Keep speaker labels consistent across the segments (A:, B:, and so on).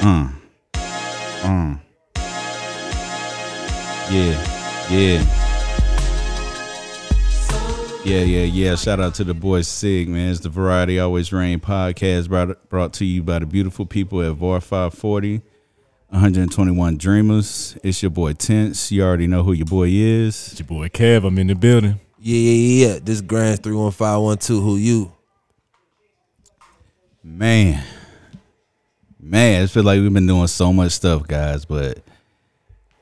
A: Uh. Uh. Yeah. Yeah. Yeah, yeah, yeah. Shout out to the boy Sig, man. It's the Variety Always Rain podcast brought, brought to you by the beautiful people at VAR 540, 121 Dreamers. It's your boy Tense. You already know who your boy is.
B: It's your boy Kev. I'm in the building.
C: Yeah, yeah, yeah. This Grand 31512, who you?
A: Man, man, it feels like we've been doing so much stuff, guys, but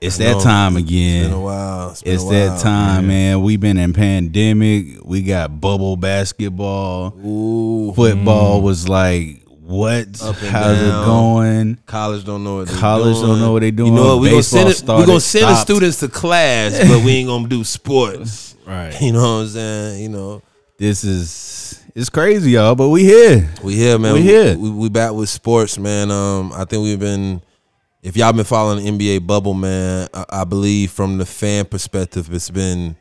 A: it's that
C: know.
A: time
C: Been a
A: again.
C: while. It's, been
A: It's
C: a
A: that
C: while.
A: time, man. We've been in pandemic. We got bubble basketball.
C: Ooh.
A: Football was like, what?
C: Mm. Up and
A: How's
C: down.
A: it going?
C: College don't know what they
A: College
C: doing.
A: don't know what they doing.
C: You know what? We gonna
A: Baseball
C: send it, we
A: started,
C: gonna send the
A: stopped.
C: students to class, but we ain't gonna do sports.
B: Right.
C: You know what I'm saying? You know,
A: This is it's crazy, y'all, but we here.
C: we here, man.
A: We here.
C: We, we back with sports, man. Um, I think we've been. If y'all been following the NBA bubble, man, I, I believe from the fan perspective, it's been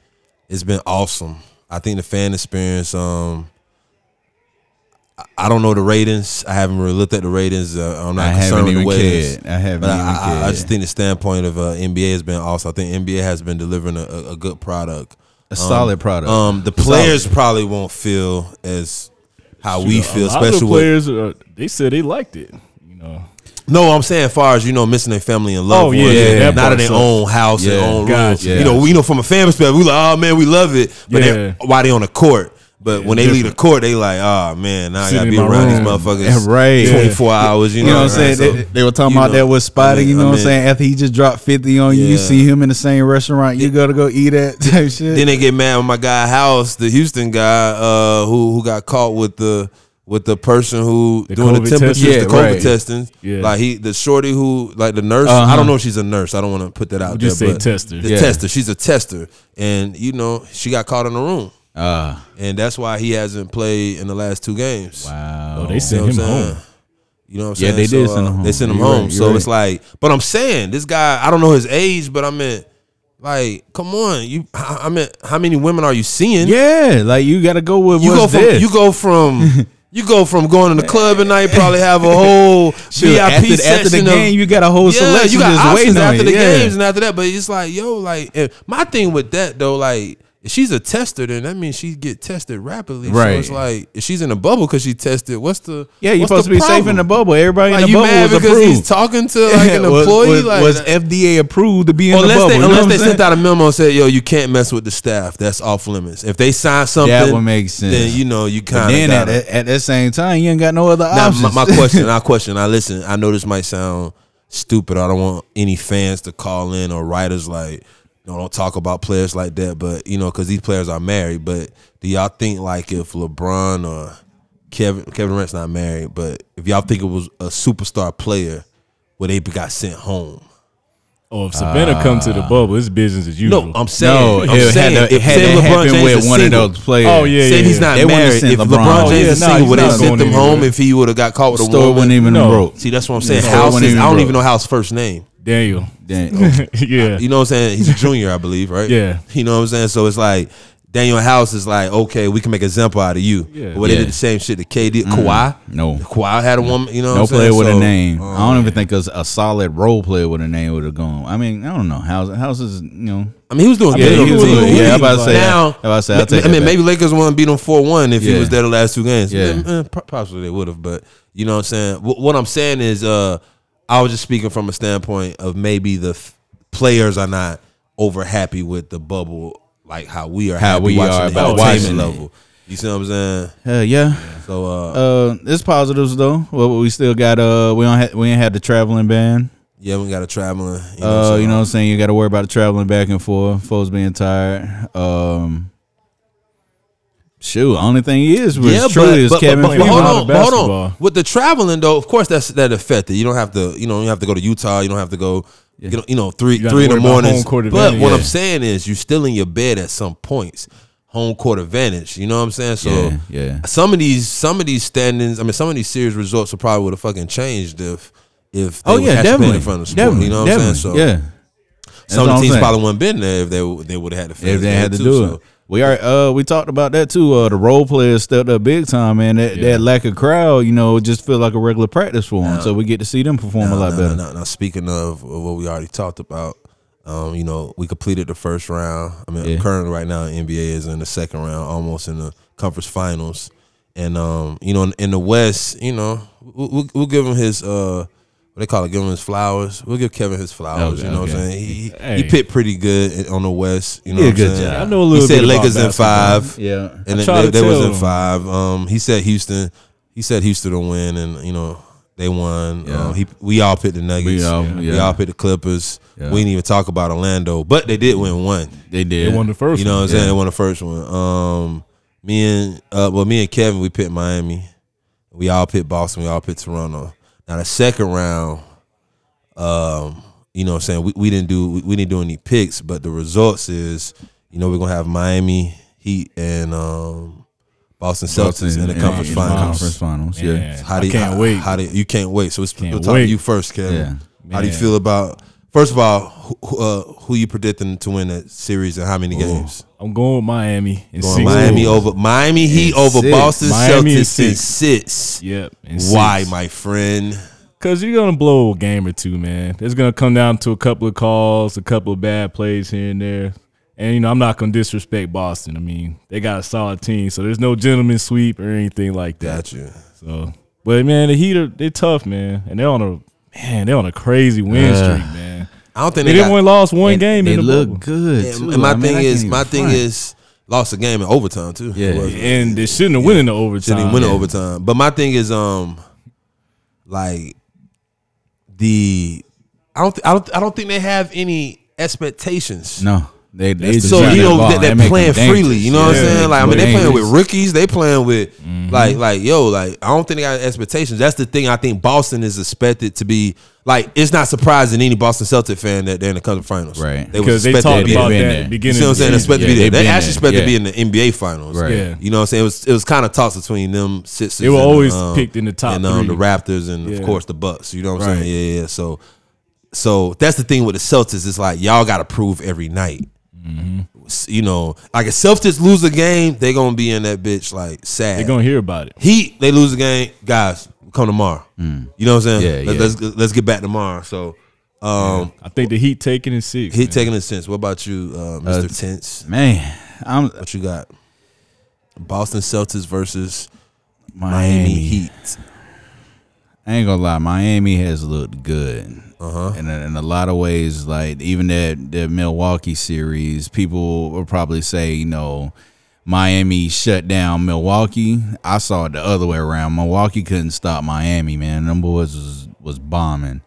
C: it's been awesome. I think the fan experience. Um, I- I don't know the ratings. I haven't really looked at the ratings. Uh, I'm not
A: I
C: concerned
A: haven't
C: with the
A: even
C: ratings.
A: cared. I haven't
C: But
A: even
C: I, I, I
A: cared.
C: just think the standpoint of uh, NBA has been awesome. I think NBA has been delivering a, a, a good product.
A: a solid product.
C: Um, the players probably won't feel as how we
B: a
C: feel,
B: lot of the
C: especially with
B: players, uh, they said they liked it. You know,
C: no. I'm saying, as far as you know, missing their family and love,
B: Oh, yeah, yeah, that
C: not
B: part
C: in their
B: sucks.
C: own house, their
A: Yeah,
C: own room.
B: gotcha.
C: You know, we know from a fan perspective, we like, oh man, we love it. But
B: Yeah.
C: they why they on the court? But when they leave the
B: different.
C: court, they like, oh man, now I
B: Sitting
C: gotta be
B: in my
C: around these
B: room.
C: motherfuckers,
A: Yeah, right.
C: 24 hours. You know,
A: You know what
C: what
A: I'm saying?
C: So-
A: they, they were talking
C: you
A: about
C: know,
A: that with Spotty.
C: I mean-
A: you know
C: I
A: what I'm
C: mean-
A: saying? After he just dropped 50 on you, you
C: Yeah.
A: see him in the same restaurant you go to go eat at type shit.
C: Then they get mad with my guy House, the Houston guy, uh, who who got caught with the with the person who
B: The
C: doing
B: COVID
C: the temperatures,
B: testing?
C: the
A: Yeah,
C: COVID
A: right.
C: testing.
B: Yeah.
C: Like he, the shorty who, like the nurse. I
A: Uh-huh.
C: don't know if she's a nurse. I don't want to put that out
B: We'll
C: there.
B: just say
C: but
B: tester.
C: The
A: Yeah.
C: tester. She's a tester, and you know she got caught in the room,
A: Ah,
C: and that's why he hasn't played in the last two games.
A: wow.
B: oh, they
C: You know
B: sent
C: what
B: him
C: I'm saying?
B: home.
C: You know what I'm
A: Yeah,
C: saying?
A: they did
C: So,
A: send him
C: uh,
A: home.
C: They sent him
A: You're
C: home.
A: right,
C: so
A: you're
C: it's like, but I'm saying this guy. I don't know his age, but I meant, like, come on, you. I I mean, how many women are you seeing?
A: yeah, like you got to go with
C: you
A: what's
C: go from
A: this.
C: you go from you go from going to the club at night. Probably have a whole
A: Shoot,
C: VIP
A: after,
C: section
A: after the
C: of-
A: game, you got a whole
C: yeah,
A: selection
C: you got
A: just
C: options
A: waiting on
C: after
A: you.
C: the
A: yeah.
C: games and after that. But it's like, yo, like and my thing with that though, like if she's a tester, then that means she get tested rapidly.
A: Right.
C: So it's like if she's in a bubble because she tested. What's the
A: yeah, you're
C: what's
A: supposed to
C: the
A: be safe
C: problem?
A: in the bubble. Everybody
C: Like
A: in the
C: you mad
A: bubble was
C: because
A: approved.
C: he's talking to like an
A: Was-
C: employee?
A: was,
C: like
A: was FDA approved to be in
C: unless
A: the bubble?
C: they
A: you know
C: unless
A: what
C: they
A: I'm
C: sent
A: saying?
C: out a memo and said, "Yo, you can't mess with the staff. That's off limits." If they sign something,
A: would make sense.
C: Then you know you kind of
A: Then at, that- at that same time, you ain't got no other
C: Now,
A: options.
C: my, my question, our question. I listen. I know this might sound stupid. I don't want any fans to call in or writers like, no, don't talk about players like that. But you know, because these players are married. But do y'all think like if LeBron or Kevin Kevin Durant's not married, but if y'all think it was a superstar player, would they be got sent home?
B: Oh, if Savannah come to the bubble, it's business as usual.
C: Ah. No, I'm
A: no,
C: saying. I'm
A: it
C: saying,
A: had to, it
C: if
A: had
C: say
A: to
C: LeBron
A: happen
C: James
A: with
C: is
A: one of
C: single,
A: those players.
B: Oh, yeah,
C: Say he's not
A: They wouldn't
C: married.
A: send
C: If LeBron,
A: LeBron.
B: Oh,
C: James
B: yeah,
C: is
B: nah,
C: single,
B: he's
C: would they
B: not
C: sent
B: going
C: him
B: anywhere.
C: home if he would have got caught with a
A: Store
C: woman?
A: wasn't even
B: No.
A: broke.
C: See, that's what I'm saying.
A: Store
C: House
A: wasn't
C: is,
A: even
C: I don't
A: broke.
C: even know House's first name.
B: Daniel.
A: Damn.
B: yeah.
C: You know what I'm saying? He's a junior, I believe, right?
B: Yeah.
C: You know what I'm saying? So it's like Daniel House is like, okay, we can make an example out of you.
B: Yeah.
C: But they
A: Yeah. Mm.
C: did the same shit to KD, Kawhi.
A: no.
C: Kawhi had a woman. You know, what
A: No
C: I'm saying?
A: player with
C: So,
A: a name.
C: um,
A: I don't even think a, a solid role player with a name would have gone. I mean, I don't know. House, house is you know.
C: I mean, he was doing
A: Yeah,
C: good.
A: he was
C: on the
A: doing-
C: team.
A: yeah, I'm about to say that.
C: now,
A: I'm about to say, I'll
C: ma-
A: take
C: I
A: that
C: mean,
A: back.
C: maybe Lakers want to beat him four one if
A: Yeah.
C: he was there the last two games.
A: Yeah.
C: Eh, eh, po- possibly they would have, but you know what I'm saying. Wh- what I'm saying is, uh, I was just speaking from a standpoint of maybe the f- players are not over happy with the bubble, like how we are.
A: How
C: happy
A: we
C: watching
A: are
C: the
A: about
C: entertainment
A: watching it.
C: level. You see what I'm saying?
A: Uh, yeah.
C: So uh,
A: Uh, it's positives though. Well, we still got uh, we don't ha- we ain't had the traveling ban.
C: yeah, we got a traveling. You know,
A: Uh,
C: so,
A: you know what I'm saying? You got to worry about the traveling back and forth, folks being tired. Um, shoot, only thing is was
C: Yeah,
A: true
C: but,
A: is
C: but,
A: Kevin
C: but, but
A: Freeman.
C: hold
B: out
C: on,
B: of
C: but hold on.
B: basketball.
C: With the traveling though, of course that's that affected. You don't have to, you know, you have to go to Utah. You don't have to go, you know, you know, three
B: You
C: three in
B: gotta
C: the
B: worry about
C: morning.
B: home court
C: But
B: advantage.
C: what I'm
B: Yeah.
C: saying is, you're still in your bed at some points. Home court advantage. You know what I'm saying? So
A: Yeah, yeah.
C: some of these some of these standings. I mean, some of these series results would probably would have fucking changed if if they
A: Oh
C: was
A: yeah,
C: actually playing
A: definitely.
C: in front of the sport.
A: definitely.
C: You know what I'm
A: definitely.
C: saying? So
A: yeah. That's
C: some
A: what
C: of
A: I'm
C: the teams
A: saying.
C: probably wouldn't been there if they they would have had to
A: if they had to do it. We are uh we talked about that too. Uh the role players stepped up big time, man. That that lack of crowd, you know, just feel like a regular practice for them. so we get to see them perform a lot
C: now,
A: better.
C: Now, now, speaking of what we already talked about, um, you know, we completed the first round. I mean,
A: Yeah.
C: currently right now, NBA is in the second round, almost in the conference finals. And um, you know, in, in the West, you know, we'll, we'll, we'll give him his uh, what they call it, give him his flowers. We'll give Kevin his flowers.
A: Okay,
C: you know what
A: okay.
C: I'm saying? He, he,
B: Hey.
C: he picked pretty good on the West. You know,
A: He
C: what
A: did a
C: I'm
A: good
C: saying?
A: job. I
B: know a little
C: He said
B: bit about
C: Lakers in
B: basketball.
C: five.
A: Yeah.
C: And
B: I
C: then
B: tried
C: they,
B: to
C: they was
B: tell
C: in
B: him.
C: five. Um, he said Houston. He said Houston to win, and you know they won.
A: Yeah.
C: Um, he we all picked the Nuggets.
A: We all-
C: we
A: yeah.
C: all picked the Clippers.
A: Yeah.
C: We didn't even talk about Orlando, but they did win one.
A: They
B: They
A: did.
B: won the first.
C: you know what I'm
B: one.
C: saying? They won the first one. Um, me and uh, well, me and Kevin, we picked Miami. We all picked Boston. We all picked Toronto. Now the second round, um, you know, what I'm saying we, we didn't do we, we didn't do any picks, but the results is, you know, we're gonna have Miami Heat and um, Boston Celtics
A: Boston
C: in the conference
A: in the
C: finals.
A: Conference finals. Yeah.
B: Man,
C: How
B: I
C: do you,
B: can't
C: how,
B: wait.
C: How do you, you can't wait? So it's
B: Can't
C: we'll talk
B: wait.
C: to you first, Kevin.
A: Yeah.
C: How do you
B: Man.
C: feel about first of all who, who, uh, who you predicting to win that series and how many games?
B: I'm going with Miami and
C: Going
B: six.
C: Miami
B: Ooh.
C: over Miami Heat over
A: six.
C: Boston
B: Miami in
C: Celtics
B: six.
C: in six.
B: Yep. and
C: Why,
B: six.
C: my friend?
B: Cause you're gonna blow a game or two, man. It's gonna come down to a couple of calls, a couple of bad plays here and there. And you know, I'm not gonna disrespect Boston. I mean, they got a solid team, so there's no gentleman sweep or anything like that.
C: Got you.
B: So, but man, the Heat are they're tough, man, and they're on a man, they're on a crazy win streak, man.
C: I don't think
B: They
C: they,
B: didn't
C: got,
B: win, lost one
A: And
B: game.
A: They
B: in the
A: look
B: bubble.
A: good.
C: and-
A: too.
C: and my
A: I mean,
C: thing
A: I
C: is,
A: can't
C: my
A: even
C: thing
A: front.
C: is, lost a game in overtime too.
A: Yeah.
C: It was-
B: and they shouldn't have won in the overtime.
C: Didn't even win in overtime. But my thing is, um, like the I don't, I don't, I don't think they have any expectations.
A: no, they they just
C: So
A: drive
C: you
A: that
C: know
A: ball.
C: they,
A: That
C: they're
A: make
C: playing
A: them dangerous.
C: freely. You know what I'm
A: Yeah,
C: saying? Like I mean,
A: they
C: they're playing
A: dangerous. Mm-hmm.
C: with rookies. They playing with like like yo like I don't think they got expectations. That's the thing. I think Boston is expected to be like it's not surprising any Boston Celtic fan that they're in the conference finals.
A: Right.
C: They
B: because
C: was
B: they
C: expected
B: talked
C: to be
B: about
A: been
B: that
A: there.
B: at the
C: you
B: beginning.
C: see what I'm
B: of the
C: saying?
B: season.
C: Expected to
A: Yeah,
C: be there.
A: they've
C: They
A: been
C: actually
A: there.
C: expected to be
A: Yeah.
C: in the NBA finals.
A: Right.
B: Yeah.
C: You know what I'm saying? It was it was kind of talks between them Sixers.
B: They were
C: and,
B: always
C: um,
B: picked in the top
C: and um, the
B: three.
C: Raptors and of
B: Yeah.
C: course the Bucks. You know what I'm
B: Right.
C: saying? Yeah, yeah. So so that's the thing with the Celtics. It's like y'all got to prove every night.
A: Mm-hmm.
C: You know, like if Celtics lose a game, they gonna be in that bitch like sad.
B: They're gonna hear about it.
C: Heat, they lose the game, guys. Come tomorrow. You know what I'm saying?
A: Mm. Yeah, yeah.
C: Let's, let's let's get back tomorrow. So, um,
B: I think the Heat taking in six.
C: Heat
B: man.
C: taking a sense. What about you, uh, Mr. Tense?
A: man. I'm
C: What you got? Boston Celtics versus Miami,
A: Miami.
C: Heat.
A: I ain't gonna lie, Miami has looked good. Uh-huh. And in in a lot of ways, like even that the Milwaukee series, people will probably say, you know, Miami shut down Milwaukee. I saw it the other way around. Milwaukee couldn't stop Miami, man. Them boys was, was bombing.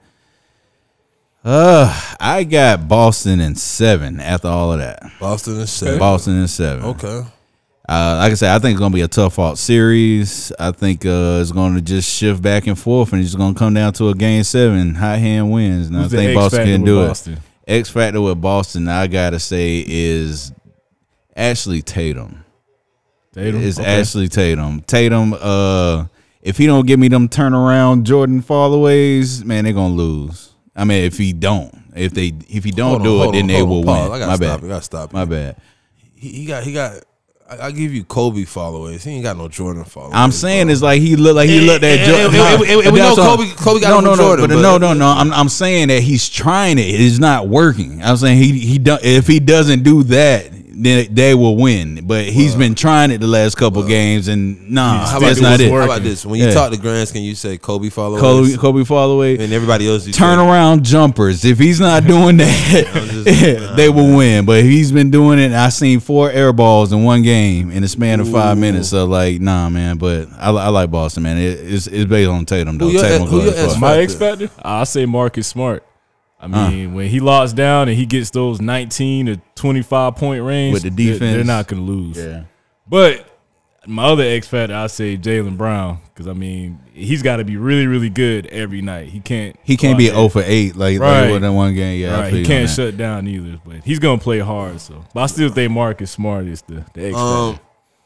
A: Uh, I got Boston in seven after all of that.
C: Boston and seven.
A: Boston in seven.
C: Okay.
A: Uh, like I said, I think it's gonna be a tough fought series. I think uh, it's gonna just shift back and forth, and it's gonna come down to a game seven. Hot hand wins, and
B: Who's
A: I
B: the
A: think
B: X
A: Boston
B: factor
A: can
B: with
A: do
B: Boston?
A: it. X factor with Boston, I gotta say is Ashley Tatum.
B: Tatum.
A: It's
B: Okay.
A: Ashley Tatum. Tatum. Uh, if he don't give me them turnaround Jordan Fallaways, man, they're gonna lose. I mean, if he don't, if they if he don't
C: Hold on,
A: do it,
C: hold
A: then
C: on,
A: they
C: hold on,
A: will
C: pause.
A: win.
C: I gotta
A: My
C: stop. it. I
A: bad.
C: gotta stop. it.
A: My bad.
C: He, he got. He got. I, I give you Kobe followers. He ain't got no Jordan followers.
A: I'm saying it's like he looked like he
C: And-
A: looked at
C: and-
A: Jordan.
C: and- and- and we
A: That's
C: know
A: all.
C: Kobe- Kobe got
A: no, no,
C: it from
A: no,
C: Jordan,
A: but,
C: but-
A: no, no, no. I'm, I'm saying that he's trying it. It's not working. I'm saying he he do, if he doesn't do that, then they will win. But he's been trying it the last couple games, and nah,
C: How about
A: that's
C: this?
A: not it.
C: How about this? When you
A: Yeah.
C: talk to Grants, can you say Kobe followers?
A: Kobe, Kobe Fallaway
C: and everybody else. You say-
A: turnaround jumpers. If he's not doing that, they will win. But he's been doing it. I seen four air balls in one game in the span of five minutes. So like, nah, man. But I, li- I like Boston, man. It, it's it's based on Tatum though.
C: Who your-
A: Tatum
C: who
A: goes
C: your
A: far.
C: ex-
B: My
C: factor.
B: X factor? Ah, I say Marcus Smart. I mean, when he locks down and he gets those 19 to 25 point range
A: With the
B: they're- they're
A: defense.
B: not going to lose.
A: Yeah.
B: But my other X factor, I say Jalen Brown because I mean he's got to be really, really good every night. He can't.
A: He
B: go
A: can't
B: out
A: be
B: there-
A: zero for eight like,
B: Right.
A: like within one game. Yeah, I
B: Right,
A: feel
B: he
A: you on
B: can't
A: that.
B: shut down either, but he's gonna play hard. So, but I still think Marcus Smart is the, the X factor.
C: Um,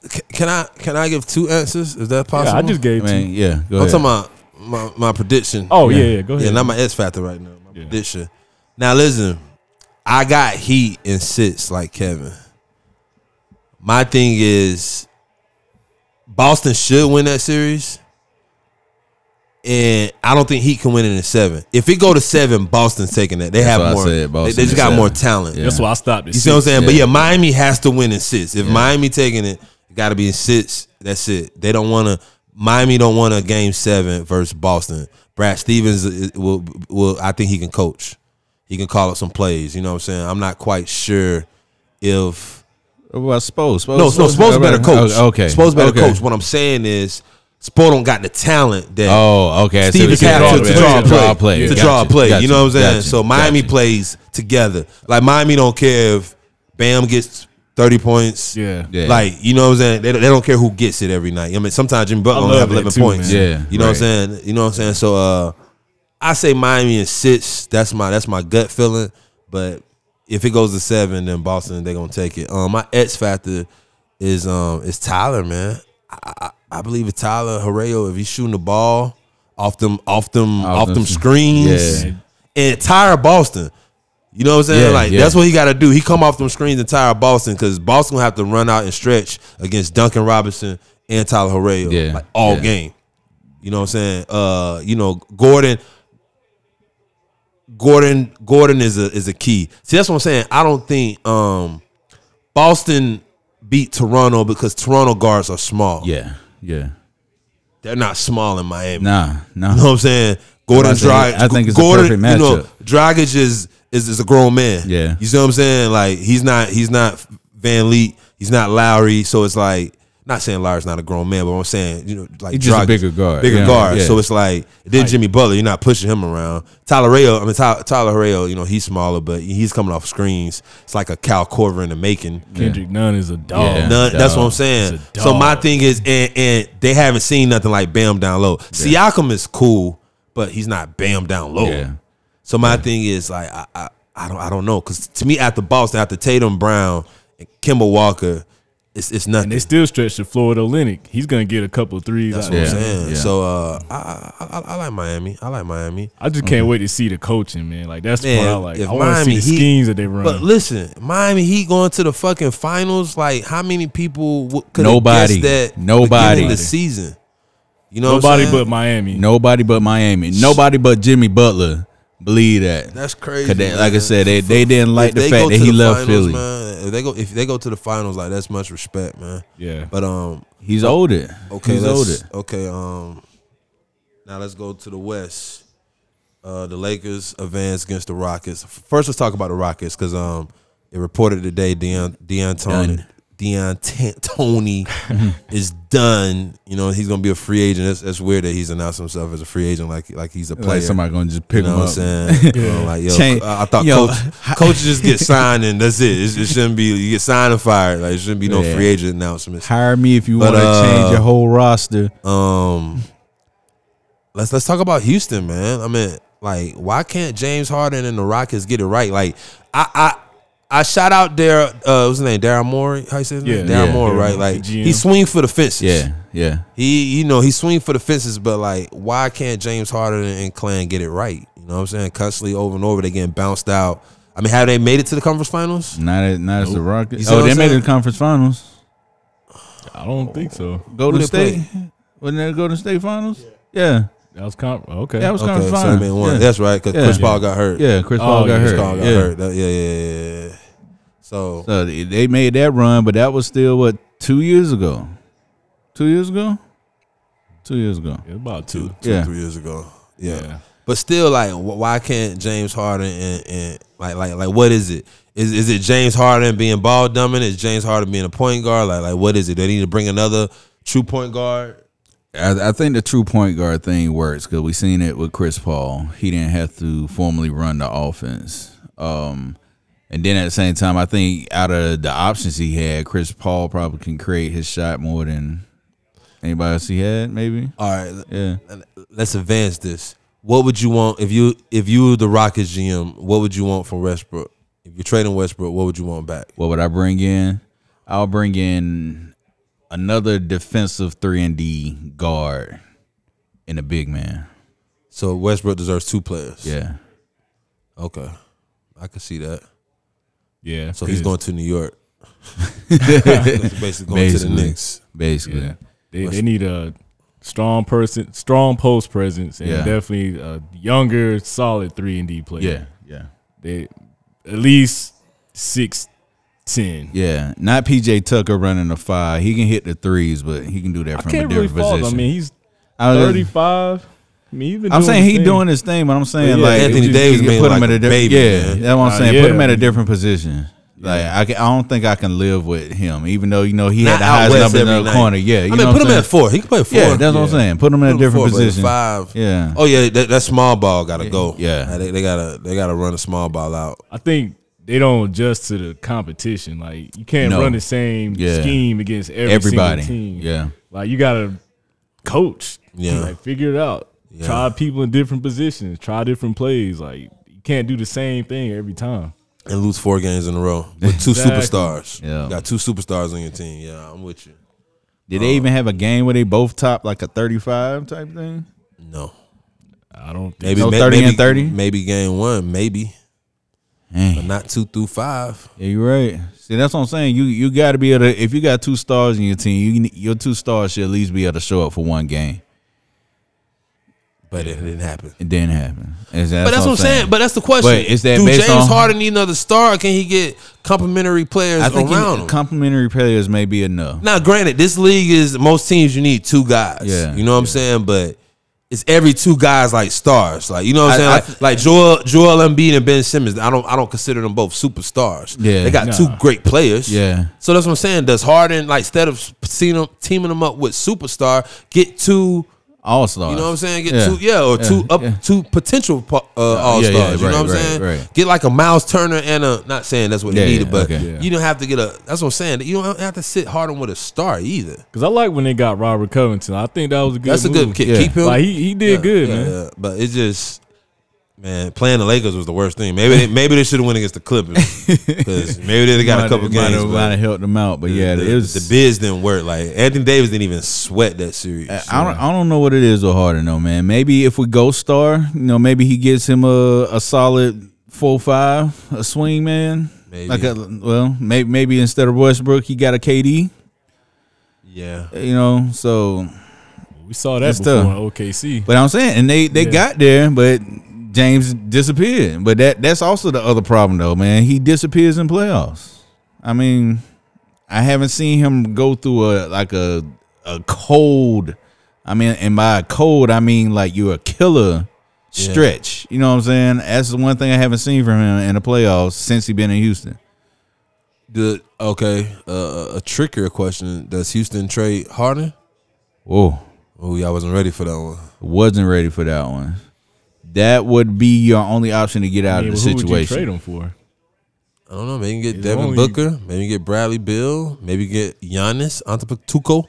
C: c- can I can I give two answers? Is that
B: yeah,
C: possible?
B: I just gave
A: I
B: two.
A: mean, yeah. Go
C: I'm
A: ahead.
C: talking about my, my prediction.
B: Oh yeah, yeah, go
C: Yeah,
B: ahead.
C: not my X factor right now. My
B: Yeah.
C: prediction. Now listen, I got heat in six like Kevin. My thing is, Boston should win that series, and I don't think Heat can win it in seven. If it go to seven, Boston's taking that. They
A: what I
C: have more.
A: said,
C: they-
A: Boston
C: they just
A: in
C: got
A: seven.
C: more talent.
A: Yeah.
B: That's why I stopped it.
C: You see what I'm saying? But
A: Yeah.
C: yeah, Miami has to win in six. If Miami taking it, got to be in six. That's it. They don't want to. Miami don't want a game seven versus Boston. Brad Stevens is- will will. I think he can coach. He can call up some plays. You know what I'm saying? I'm not quite sure if.
A: What about Spo? Spo
C: No, no, Spo's better coach.
A: Oh, Okay.
C: Spo's better
A: Okay.
C: coach. What I'm saying is, Spo don't got the talent that
A: Oh, okay. I see what
C: Stevens
A: you're
C: had
A: saying.
C: to, to draw a
A: To
C: play.
A: draw a play.
C: To
A: Gotcha,
C: draw a play.
A: gotcha,
C: you know what I'm saying?
A: gotcha,
C: so Miami
A: gotcha.
C: plays together. Like Miami don't care if Bam gets 30 points.
B: Yeah.
A: Yeah.
C: Like, you know what I'm saying? They, they don't care who gets it every night. I mean, sometimes Jimmy
B: I
C: Butler only
B: love
C: have
B: that
C: 11
B: too,
C: points.
A: man. Yeah,
C: You know what
A: right.
C: I'm saying? You know what I'm saying? So uh I say Miami in 6. That's my that's my gut feeling, but if it goes to 7 then Boston they're going to take it. Um my X factor is um is Tyler, man. I, I, I believe it's Tyler Herrero if he's shooting the ball off them off them
A: Off
C: off,
A: them-
C: them screens
A: yeah.
C: and tire Boston. You know what I'm saying?
A: Yeah,
C: like
A: yeah.
C: that's what he got to do. He come off them screens and tire Boston because Boston gonna have to run out and stretch against Duncan Robinson and Tyler Herrero
A: Yeah,
C: like, all
A: yeah.
C: game. You know what I'm saying? Uh, you know Gordon. Gordon Gordon is a is a key. See, that's what I'm saying. I don't think um, Boston beat Toronto because Toronto guards are small.
A: Yeah. Yeah.
C: They're not small in Miami.
A: Nah. Nah.
C: You know what I'm saying? Gordon
A: I think-
C: Dragic.
A: I think it's a
C: Gordon,
A: perfect
C: You know,
A: matchup.
C: Dragic is, is is a grown man.
A: Yeah.
C: You see what I'm saying? Like he's not he's not Van Leet. He's not Lowry. So it's like not saying Lowry's not a grown man, but I'm saying you know like
A: He's just a
C: Dragic-
A: bigger guard.
C: bigger
A: Yeah,
C: guard.
A: yeah.
C: So it's like then Jimmy Butler. You're not pushing him around. Tyler Rayo. I mean Tyler, Tyler Rayo. You know he's smaller, but he's coming off screens. It's like a Cal Corver in the making.
B: Kendrick Nunn is a dog.
A: Yeah.
C: None, that's what I'm
A: Dog.
C: saying.
B: It's a
C: So my
B: dog.
C: thing is, and, and they haven't seen nothing like Bam down low. Siakam is cool, but he's not Bam down low.
A: Yeah.
C: So my thing is like I, I I don't I don't know because to me after Boston after Tatum Brown and Kimball Walker, it's it's nothing.
B: They still stretch the Florida Atlantic. He's gonna get a couple of threes.
C: that's
B: out
C: what
B: of
C: I'm
B: it.
A: Yeah,
C: saying.
A: yeah.
C: So uh, I, I I I like Miami. I like Miami.
B: I just
A: Mm-hmm.
B: can't wait to see the coaching, man. Like that's the
C: Man,
B: part I like.
C: if
B: I want to see
C: Miami
B: the
C: Heat-
B: schemes that they run.
C: But listen, Miami Heat going to the fucking finals. Like, how many people w- could have
A: Nobody.
C: guessed that?
A: Nobody.
C: beginning of the season. You know, what I'm
B: Nobody
C: saying?
B: but Miami.
A: Nobody but Miami. Nobody but Jimmy Butler believe that.
C: That's crazy.
A: 'Cause they- like I
C: man.
A: said, they, they didn't like
C: If
A: the
C: they
A: fact
C: go
A: that
C: to
A: he
C: the
A: left
C: finals,
A: Philly.
C: Man, if they go if they go to the finals, like that's much respect, man.
B: Yeah.
C: But um,
A: He's older.
C: okay,
A: He's
C: let's,
A: older.
C: okay. Um, now let's go to the West. Uh, the Lakers advance against the Rockets. First, let's talk about the Rockets because um, it reported today Deion Deion Tony
A: Done.
C: Deion T- Tony is done. You know he's gonna be a free agent. That's, that's weird that he's announced himself as a free agent, like like he's a player.
A: Like somebody gonna just pick
C: Oh, You
A: him
C: know what I'm
A: up.
C: saying? You know, like, yo,
A: Change-
C: I I thought
A: yo,
C: coach, coaches just get signed and that's it. It's, it shouldn't be you get signed and fired. Like it shouldn't be no
A: Yeah.
C: free agent announcements.
A: Hire me if you
C: But,
A: want to change
C: uh,
A: your whole roster.
C: Um, let's let's talk about Houston, man. I mean, like, why can't James Harden and the Rockets get it right? Like, I I I shout out there. Uh, what's his name? Daryl Morey. How you say his name?
B: Yeah.
C: Daryl
A: Yeah.
C: Morey,
B: Yeah.
C: right? Like,
B: GM.
C: he swing for the fences.
A: Yeah, yeah.
C: He, you know, he swing for the fences, but like, why can't James Harden and Clan get it right? You know what I'm saying? Constantly over and over, they getting bounced out. I mean, have they made it to the conference finals?
A: Not as, not as the
C: You
A: Rockets.
C: see
A: Oh,
C: what
A: they
C: I'm
A: made it
C: saying?
A: to conference finals.
B: I don't think so.
A: Golden
C: Who they
A: State. Wasn't that Golden State finals? Yeah,
B: That was comp. Okay.
A: that was
C: Okay,
A: conference
C: so they
A: finals.
C: made one.
A: yeah.
C: That's right, because
A: Yeah.
C: Chris Paul got hurt.
A: yeah, Chris Paul
B: Oh,
A: got
B: yeah,
A: hurt.
C: Chris Paul got
A: yeah.
C: hurt. That- yeah, yeah, yeah, yeah. So
A: So they they made that run, but that was still what two years ago. Two years ago. Two years ago.
B: It was about two.
C: two, two,
A: Yeah.
C: three years ago. Yeah.
B: Yeah.
C: But still, like, wh- why can't James Harden and, and like, like, like, what is it? Is is it James Harden being ball dominant? Is James Harden being a point guard? Like, like, what is it? They need to bring another true point guard.
A: I, I think the true point guard thing works because we seen it with Chris Paul. He didn't have to formally run the offense. Um, and then at the same time, I think out of the options he had, Chris Paul probably can create his shot more than anybody else he had. Maybe,
C: All right,
A: yeah.
C: and let's advance this. What would you want if you if you were the Rockets GM? What would you want from Westbrook? If you're trading Westbrook, what would you want back?
A: What would I bring in? I'll bring in another defensive three and D guard and a big man.
C: So Westbrook deserves two players.
A: Yeah,
C: Okay, I can see that.
B: Yeah.
C: So he's going to New York. That's basically going to
A: Basically.
C: the Knicks.
A: basically.
B: Yeah. They, they need a strong person, strong post presence, and
A: Yeah.
B: definitely a younger, solid three and D player.
A: Yeah, yeah,
B: they at least six ten.
A: yeah. Not PJ Tucker running a five. He can hit the threes, but he can do that
B: I
A: from a
B: can't really
A: different
B: fault him. I
A: position.
B: mean, he's
A: I was-
B: thirty five. I mean, he's been
A: I'm
B: doing
A: saying
B: his
A: he
B: thing.
A: doing his thing, but I'm saying
B: Yeah,
A: like
C: Anthony
A: you
C: Davis
A: can
C: made like
A: di-
C: a baby,
A: yeah.
C: man.
A: That's what I'm
B: Uh,
A: saying. Put him
B: yeah.
A: at a different position. Like I, can, I don't think I can live with him, even though you know he
C: Not
A: had the
C: out
A: highest
C: west
A: number in
C: every
A: the
C: night.
A: corner. Yeah, you
C: I
A: know
C: mean,
A: what
C: put him
A: I'm
C: at four. He can play four.
A: saying? Yeah, that's what I'm saying. Put him in a
C: Put him
A: different
C: four, but at
A: position.
C: Five.
A: Yeah.
C: Oh yeah, that, that small ball gotta go.
A: Yeah.
C: Uh, they, they gotta they gotta run a small ball out.
B: I think they don't adjust to the competition. Like you can't
A: No.
B: run the same
A: Yeah.
B: scheme against every
A: Everybody.
B: single team.
A: Yeah.
B: Like you gotta coach.
C: Yeah.
B: Like figure it out.
C: Yeah.
B: Try people in different positions. Try different plays. Like you can't do the same thing every time.
C: and lose four games in a row with two
B: Exactly.
C: superstars.
A: Yeah.
C: got two superstars on your team. Yeah, I'm with you.
A: Did they even have a game where they both top like a 35 type thing?
C: No,
B: I don't think
C: maybe
A: So
C: may-
A: 30 and
C: maybe-
A: 30?
C: Maybe game one, maybe, but not two through five.
A: Yeah, you're right. See, that's what I'm saying. You you got to be able to. If you got two stars in your team, you ne- your two stars should at least be able to show up for one game.
C: But it didn't happen.
A: It didn't happen. Is that-
C: But that's what I'm saying. But that's the question.
A: But is that
C: Do
A: based
C: James
A: on-
C: Harden need another star? Or can he get complimentary players
A: I think you-
C: around him?
A: complimentary players may be enough.
C: Now, granted, this league is most teams you need two guys.
A: Yeah.
C: you know what I'm saying, but. It's every two guys like stars, like you know what I'm
A: I-
C: saying,
A: I
C: like,
A: th-
C: like Joel Joel Embiid and Ben Simmons. I don't I don't consider them both superstars.
A: Yeah.
C: they got
B: Nah.
C: two great players.
A: Yeah.
C: so that's what I'm saying. Does Harden like instead of seeing them, teaming them up with superstar, get two?
A: All stars.
C: You know what I'm saying? Get
A: Yeah.
C: two, yeah, or two up,
A: yeah.
C: two potential po- uh, all
A: yeah,
C: stars.
A: yeah,
C: you know
A: right,
C: what I'm
A: right,
C: saying?
A: right.
C: Get like a Miles Turner and a. Not saying that's what
A: Yeah,
C: you needed,
A: yeah,
C: but
A: okay.
B: Yeah.
C: you don't have to get a. That's what I'm saying. You don't have to sit Harden with a star either.
B: because I like when they got Robert Covington. I think that was a good.
C: That's a good
B: move.
C: kick.
A: Yeah.
C: Keep him.
B: Like he, he did good,
C: Yeah,
B: man.
C: yeah. But it's just, man, playing the Lakers was the worst thing. Maybe they, maybe they should have went against the Clippers 'Cause maybe they got a couple
A: might
C: games.
A: Have,
C: but
A: might have helped them out, but
C: the-
A: yeah,
C: the,
A: it was.
C: the bids didn't work. Like Anthony Davis didn't even sweat that series.
A: I don't, I don't know what it is with Harden though, man. Maybe if we go star, you know, maybe he gets him a, a solid four five, a swing man.
C: Maybe.
A: Like a, well, maybe maybe instead of Westbrook, he got a KD.
C: yeah.
A: You know, so
B: We saw that
A: It's
B: before
A: tough.
B: in OKC.
A: But I'm saying, and they they got there, but James disappeared. But that that's also the other problem, though, man. He disappears in playoffs. I mean, I haven't seen him go through a like a a cold. I mean, and by cold, I mean like you're a killer stretch. You know what I'm saying? That's the one thing I haven't seen from him in the playoffs since he been in Houston.
C: The, okay, uh, a trickier question: Does Houston trade Harden?
A: Whoa,
C: Oh, y'all wasn't ready for that one.
A: wasn't ready for that one. That would be your only option to get out
B: I
A: of
B: mean,
A: the
B: who would you
A: situation.
B: trade him for?
C: I don't know. Maybe you can get
B: It's
C: Devin
B: only-
C: Booker. Maybe you get Bradley Bill. Maybe you get Giannis Antetokounmpo.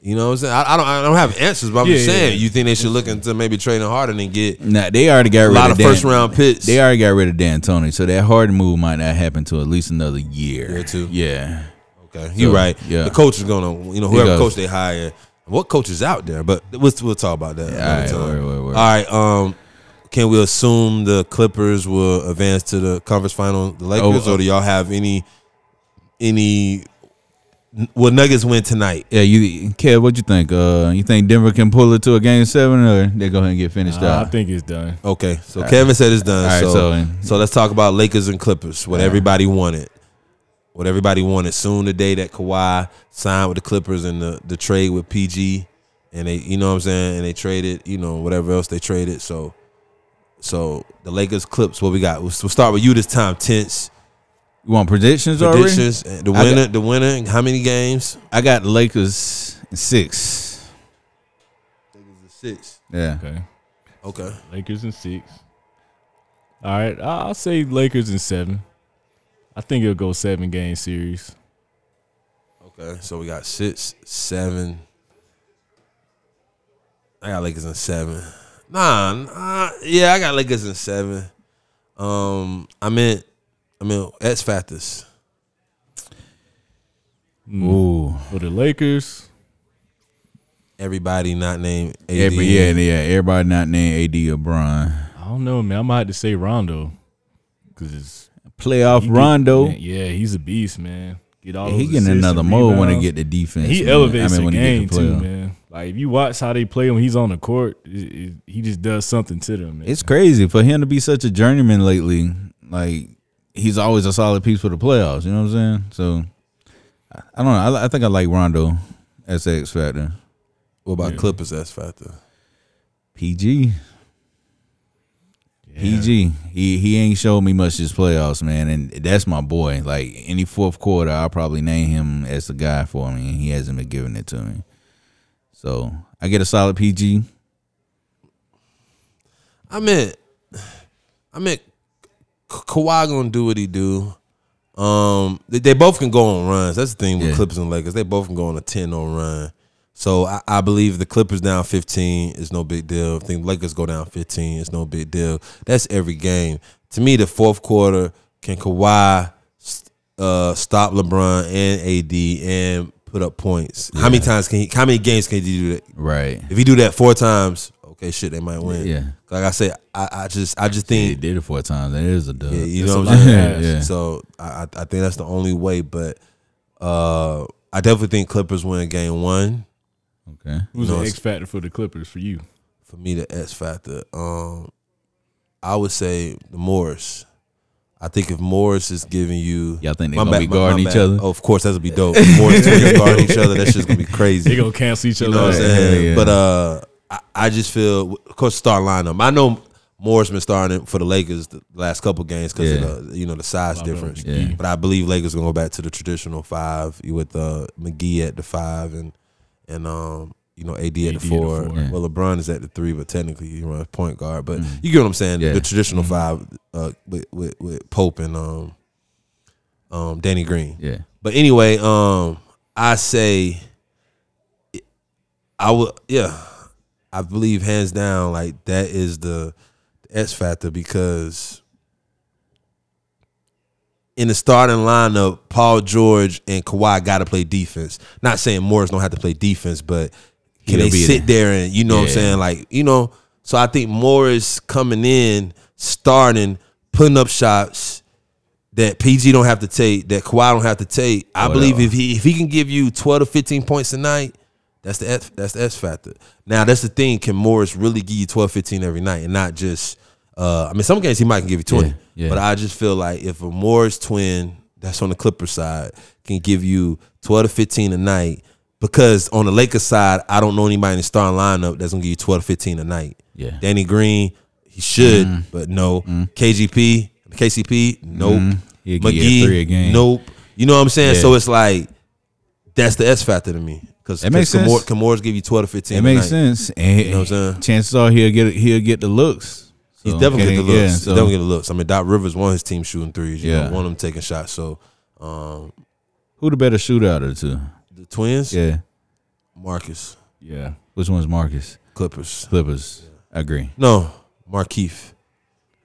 C: you know what I'm saying? I, I don't. I don't have answers, but I'm
B: Yeah,
C: just
B: yeah,
C: saying.
B: yeah.
C: You think they should look into maybe trading Harden and get
A: Nah, they already got
C: a
A: rid
C: lot
A: of,
C: of
A: Dan-
C: first round picks?
A: They already got rid of Dan Tony, so that hard move might not happen to at least another year.
C: Year two.
A: Yeah.
C: okay, you're
A: So,
C: right.
A: yeah.
C: The coach is gonna. You know, whoever
A: goes-
C: coach they hire. What coach is out there? But we'll, we'll talk about that. another
A: alright,
C: time.
A: word, word, word.
C: All right. Um, can we assume the Clippers will advance to the conference final? The Lakers,
A: Oh, uh,
C: or do y'all have any any? Will Nuggets win tonight?
A: Yeah, you Kev, what you think? Uh you think Denver can pull it to a game seven or they go ahead and get finished
B: Nah, I
A: out?
B: think it's done.
C: Okay, so Kevin said it's done.
A: All right,
C: so, so
A: so-
C: let's talk about Lakers and Clippers. What everybody wanted, what everybody wanted. Soon the day that Kawhi signed with the Clippers and the, the trade with PG, and they, you know what I'm saying, and they traded, you know, whatever else they traded. So, so the Lakers Clips. What we got? We'll, we'll start with you this time. Tense
A: you want predictions, already?
C: predictions. The
A: I got-
C: winner. The winner. and How many games?
A: I got Lakers in six.
C: Six.
A: Yeah.
B: Okay,
C: Okay.
B: Lakers in six. All right, I- I'll say Lakers in seven. I think it'll go seven game series.
C: Okay. So we got six, seven. I got Lakers in seven. Nah, nah yeah, I got Lakers in seven. Um, I meant, I mean X factors.
A: Ooh.
B: For the Lakers,
C: Everybody not named AD.
A: Every, yeah, yeah. Everybody not named A D or Bron.
B: I don't know, man. I might have to say Rondo because it's
A: Playoff Rondo.
B: Man, yeah, he's a beast, man. Get all
A: he
B: those
A: getting
B: assists
A: another
B: and
A: mode when they
B: rebounds.
A: get the defense.
B: He
A: man.
B: elevates
A: when
B: the
A: they
B: game
A: get
B: too,
A: playoff.
B: man. Like if you watch how they play when he's on the court, it, it, he just does something to them. Man.
A: It's crazy for him to be such a journeyman lately. Like he's always a solid piece for the playoffs. You know what I'm saying? So I- I don't know. I, I think I like Rondo as the X factor.
C: What about Clippers X Factor?
A: PG.
B: Yeah.
A: PG. He he ain't showed me much this playoffs, man, and that's my boy. Like any fourth quarter, I'll probably name him as the guy for me, and he hasn't been giving it to me. So I get a solid PG.
C: I meant, I meant Ka- Kawhi gonna do what he do. Um, they, they both can go on runs. That's the thing with
A: Yeah.
C: Clippers and Lakers. They both can go on a ten on run. So I, I believe the Clippers down fifteen is no big deal. I think Lakers go down fifteen is no big deal. That's every game. To me, the fourth quarter can Kawhi uh, stop LeBron and AD and put up points. How many times can he? How many games can he do that?
A: Right.
C: If he do that four times, okay, shit, they might win.
A: Yeah.
C: Like I said, I, I just I just
A: He
C: think
A: did it four times. That is a dub.
C: yeah, you
B: That's
C: know
B: a
C: what
B: lot
C: I'm
B: of
C: saying.
B: ass.
A: Yeah.
C: So I I I think that's the only way. But uh, I definitely think Clippers win game one.
A: Okay.
B: Who's
C: you know,
B: the
C: it's-
B: X factor for the Clippers for you?
C: For me, the X factor, um, I would say the Morris. I think if Morris is giving you,
A: Y'all think they
C: My
A: gonna
C: bad,
A: be
C: my- my
A: guarding
C: bad.
A: each other?
C: Oh, of course, that'll be dope. If Morris twins guarding each other. That shit's gonna be crazy.
B: They gonna cancel each
C: You
B: other.
C: know what I'm
B: out.
A: Yeah,
C: saying?
A: yeah.
C: But uh, I, I just feel, of course, star lineup. I know Morris been starting for the Lakers the last couple games because
A: Yeah.
C: of the you know the size
B: Bobby
C: difference.
A: McGee. Yeah.
C: But I believe Lakers gonna go back to the traditional five with uh, McGee at the five and and um. You know,
B: AD
C: AD, at
B: at
C: the
B: the
C: four.
B: four.
A: Yeah.
C: Well, LeBron is at the three, but technically he runs point guard. But you get what I'm saying.
A: Yeah.
C: The traditional five uh, with, with with Pope and um, um, Danny Green.
A: Yeah.
C: But anyway, um, I say, I would, yeah, I believe hands down, like that is the, the X factor because in the starting lineup, Paul George and Kawhi got to play defense. Not saying Morris don't have to play defense, but can
A: He'll
C: they
A: be
C: sit there and you know what I'm
A: Yeah.
C: saying, like you know. So I think Morris coming in, starting, putting up shots that PG don't have to take, that Kawhi don't have to take. I
A: Whatever.
C: believe if he if he can give you twelve to fifteen points a night, that's the F, that's the S factor. Now that's the thing. Can Morris really give you 12, 15 every night and not just? Uh, I mean, some games he might can give you twenty,
A: Yeah, yeah.
C: but I just feel like if a Morris twin that's on the Clippers side can give you twelve to fifteen a night, because on the Lakers side, I don't know anybody in the starting lineup that's gonna give you twelve to fifteen a night.
A: Yeah.
C: Danny Green, he should,
A: Mm.
C: but no. KGP, KCP, nope.
A: Mm-hmm. He'll give you three a game.
C: nope. You know what I'm saying?
A: Yeah.
C: So it's like that's the S factor to me because
A: That makes sense.
C: Kamores give you twelve to fifteen.
A: It
C: a
A: makes
C: night.
A: sense. And
C: know what I'm saying?
A: chances are he'll get he'll get the looks.
C: He's
A: So,
C: definitely get
A: okay,
C: the looks.
A: yeah,
C: He's
A: so-
C: definitely get the looks. I mean, Doc Rivers won his team shooting threes. You
A: Yeah.
C: know, one of them taking shots. So um,
A: Who the better shooter out of the two?
C: the Twins,
A: Yeah.
C: Marcus
B: Yeah,
A: Which one's Marcus?
C: Clippers.
A: Clippers. I agree.
C: No, Markeith.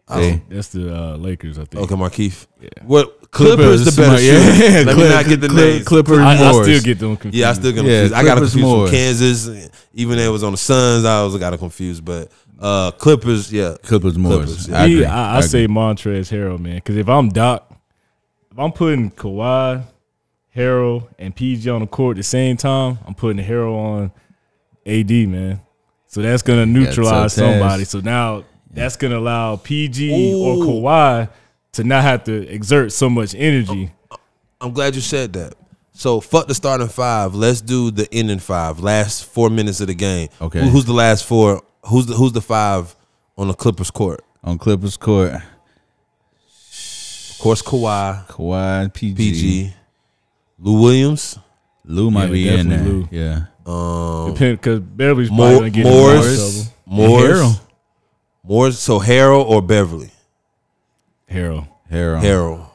C: I
A: Hey.
C: don't-
B: that's the uh, Lakers. I think.
C: Okay, Markeith.
B: Yeah.
C: What Clippers, the better
A: somebody-
C: shooter?
A: Yeah,
C: Let
A: Clip-
C: me not get the
A: Clip-
C: names.
A: Clippers.
B: I, I
A: Morris.
B: still get them confused.
C: Yeah, I still
A: Yeah,
C: confused. I got
A: Clippers
C: confused
A: more.
C: from Kansas. Even though it was on the Suns, I was got confused. But uh, Clippers, yeah,
A: Clippers Morris.
C: Clippers, yeah.
A: I,
B: Me,
A: agree.
B: I, I,
A: agree.
B: say Montrez Harrell, man. Because if I'm Doc, if I'm putting Kawhi, Harrell, and PG on the court at the same time, I'm putting Harrell on AD, man. So that's gonna neutralize
A: so Taz-
B: somebody. So now that's gonna allow PG or Kawhi to not have to exert so much energy.
C: I'm glad you said that. So fuck the starting five. Let's do the ending five. Last four minutes of the game.
A: Okay.
C: Who- who's the last four? Who's the who's the five on the Clippers court?
A: on Clippers court,
C: Of course, Kawhi,
A: Kawhi, PG,
C: PG, Lou Williams,
A: Lou might
B: Yeah,
A: be in there.
B: definitely Lou.
A: Yeah.
C: um,
B: Because Beverly's probably
C: Mor-
B: gonna get Morris.
C: Morris,
B: trouble.
C: Morris,
A: Harrell.
C: Morris. So Harrell or Beverly?
B: Harrell.
A: Harold.
C: Harrell.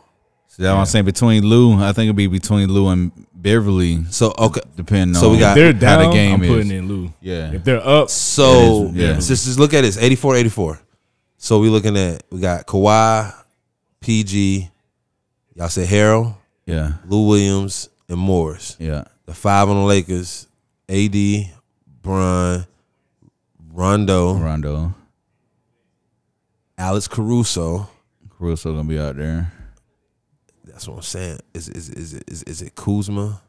A: So that's what I'm saying between Lou. I think it'd be between Lou and Beverly,
C: So okay.
A: depending
C: So
A: on
C: we got-
B: They're
A: how
B: down.
A: the game
B: I'm
A: is.
B: putting in Lou.
A: Yeah.
B: If they're up,
C: So
A: It is, yeah.
C: just, just look at this 84 84. So we looking at we got Kawhi, PG, y'all said Harrell,
A: Yeah.
C: Lou Williams, and Morris.
A: Yeah.
C: The five on the Lakers, AD, Bron, Rondo,
A: Rondo.
C: Alex Caruso,
A: Caruso gonna be out there.
C: That's what I'm saying. Is is is is, is, is it Kuzma?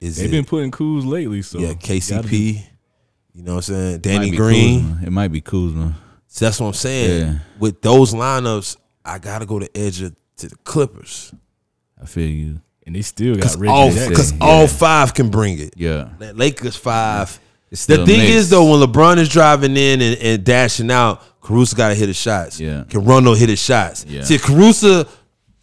C: Is
B: They've
C: it
B: been putting coups lately, so
C: yeah
B: gotta be-
C: KCP? You know what I'm saying?
A: Might
C: Danny
A: be
C: Green.
A: Kuzma. It might be Kuzma.
C: So that's what I'm saying.
A: Yeah.
C: With those lineups, I gotta go to edge of, to the Clippers
A: I feel you.
B: and they still got
C: because
B: Reggie
C: all
B: Jackson.
C: because all five can bring it.
A: Yeah.
C: That Lakers five.
A: It's
C: The
A: still
C: thing
A: mixed.
C: is though, when LeBron is driving in and, and dashing out, Caruso gotta hit his shots.
A: Yeah.
C: Can Rondo hit his shots?
A: Yeah.
C: See, if Caruso,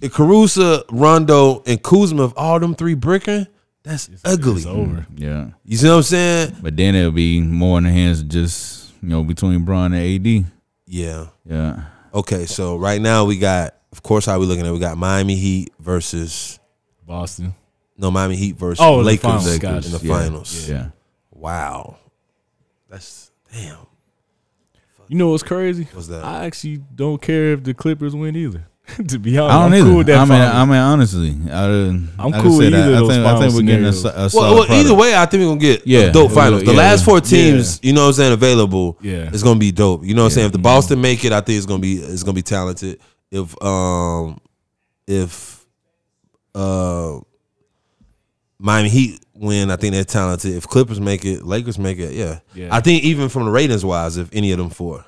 C: if Caruso, Rondo, and Kuzma, if all them three bricking, that's ugly.
B: It's over.
A: Yeah.
C: You see what I'm saying?
A: But then it'll be more in the hands of just, you know, between Braun and AD.
C: Yeah.
A: Yeah.
C: Okay, so right now we got, of course, how we looking at? it? We got Miami Heat versus
B: Boston.
C: no Miami Heat versus
B: Oh, in the
C: Lakers,
B: finals,
C: Lakers
B: gotcha.
C: in the
A: Yeah.
C: finals.
A: Yeah.
C: Wow, that's damn.
B: You know what's crazy?
C: What's that?
B: I actually don't care if the Clippers win either. to be honest,
A: I don't
B: I'm
A: either.
B: cool with that.
A: I mean,
B: finals.
A: I mean, honestly, I, I'm
B: I'm cool with either
A: I,
B: of those
A: think, I think
B: final
A: we're getting a,
B: scenarios.
A: so- a solid
C: Well, well
A: product.
C: either way, I think we're gonna get
A: Yeah.
C: a dope finals. The
A: Yeah.
C: last four teams, you know what I'm saying, available.
B: Yeah.
C: It's gonna be dope. You know what I'm saying? If the Boston make it, I think it's gonna be it's gonna be talented. If um if uh Miami Heat win, I think they're talented. If Clippers make it, Lakers make it, yeah.
B: Yeah.
C: I think even from the ratings wise, if any of them four.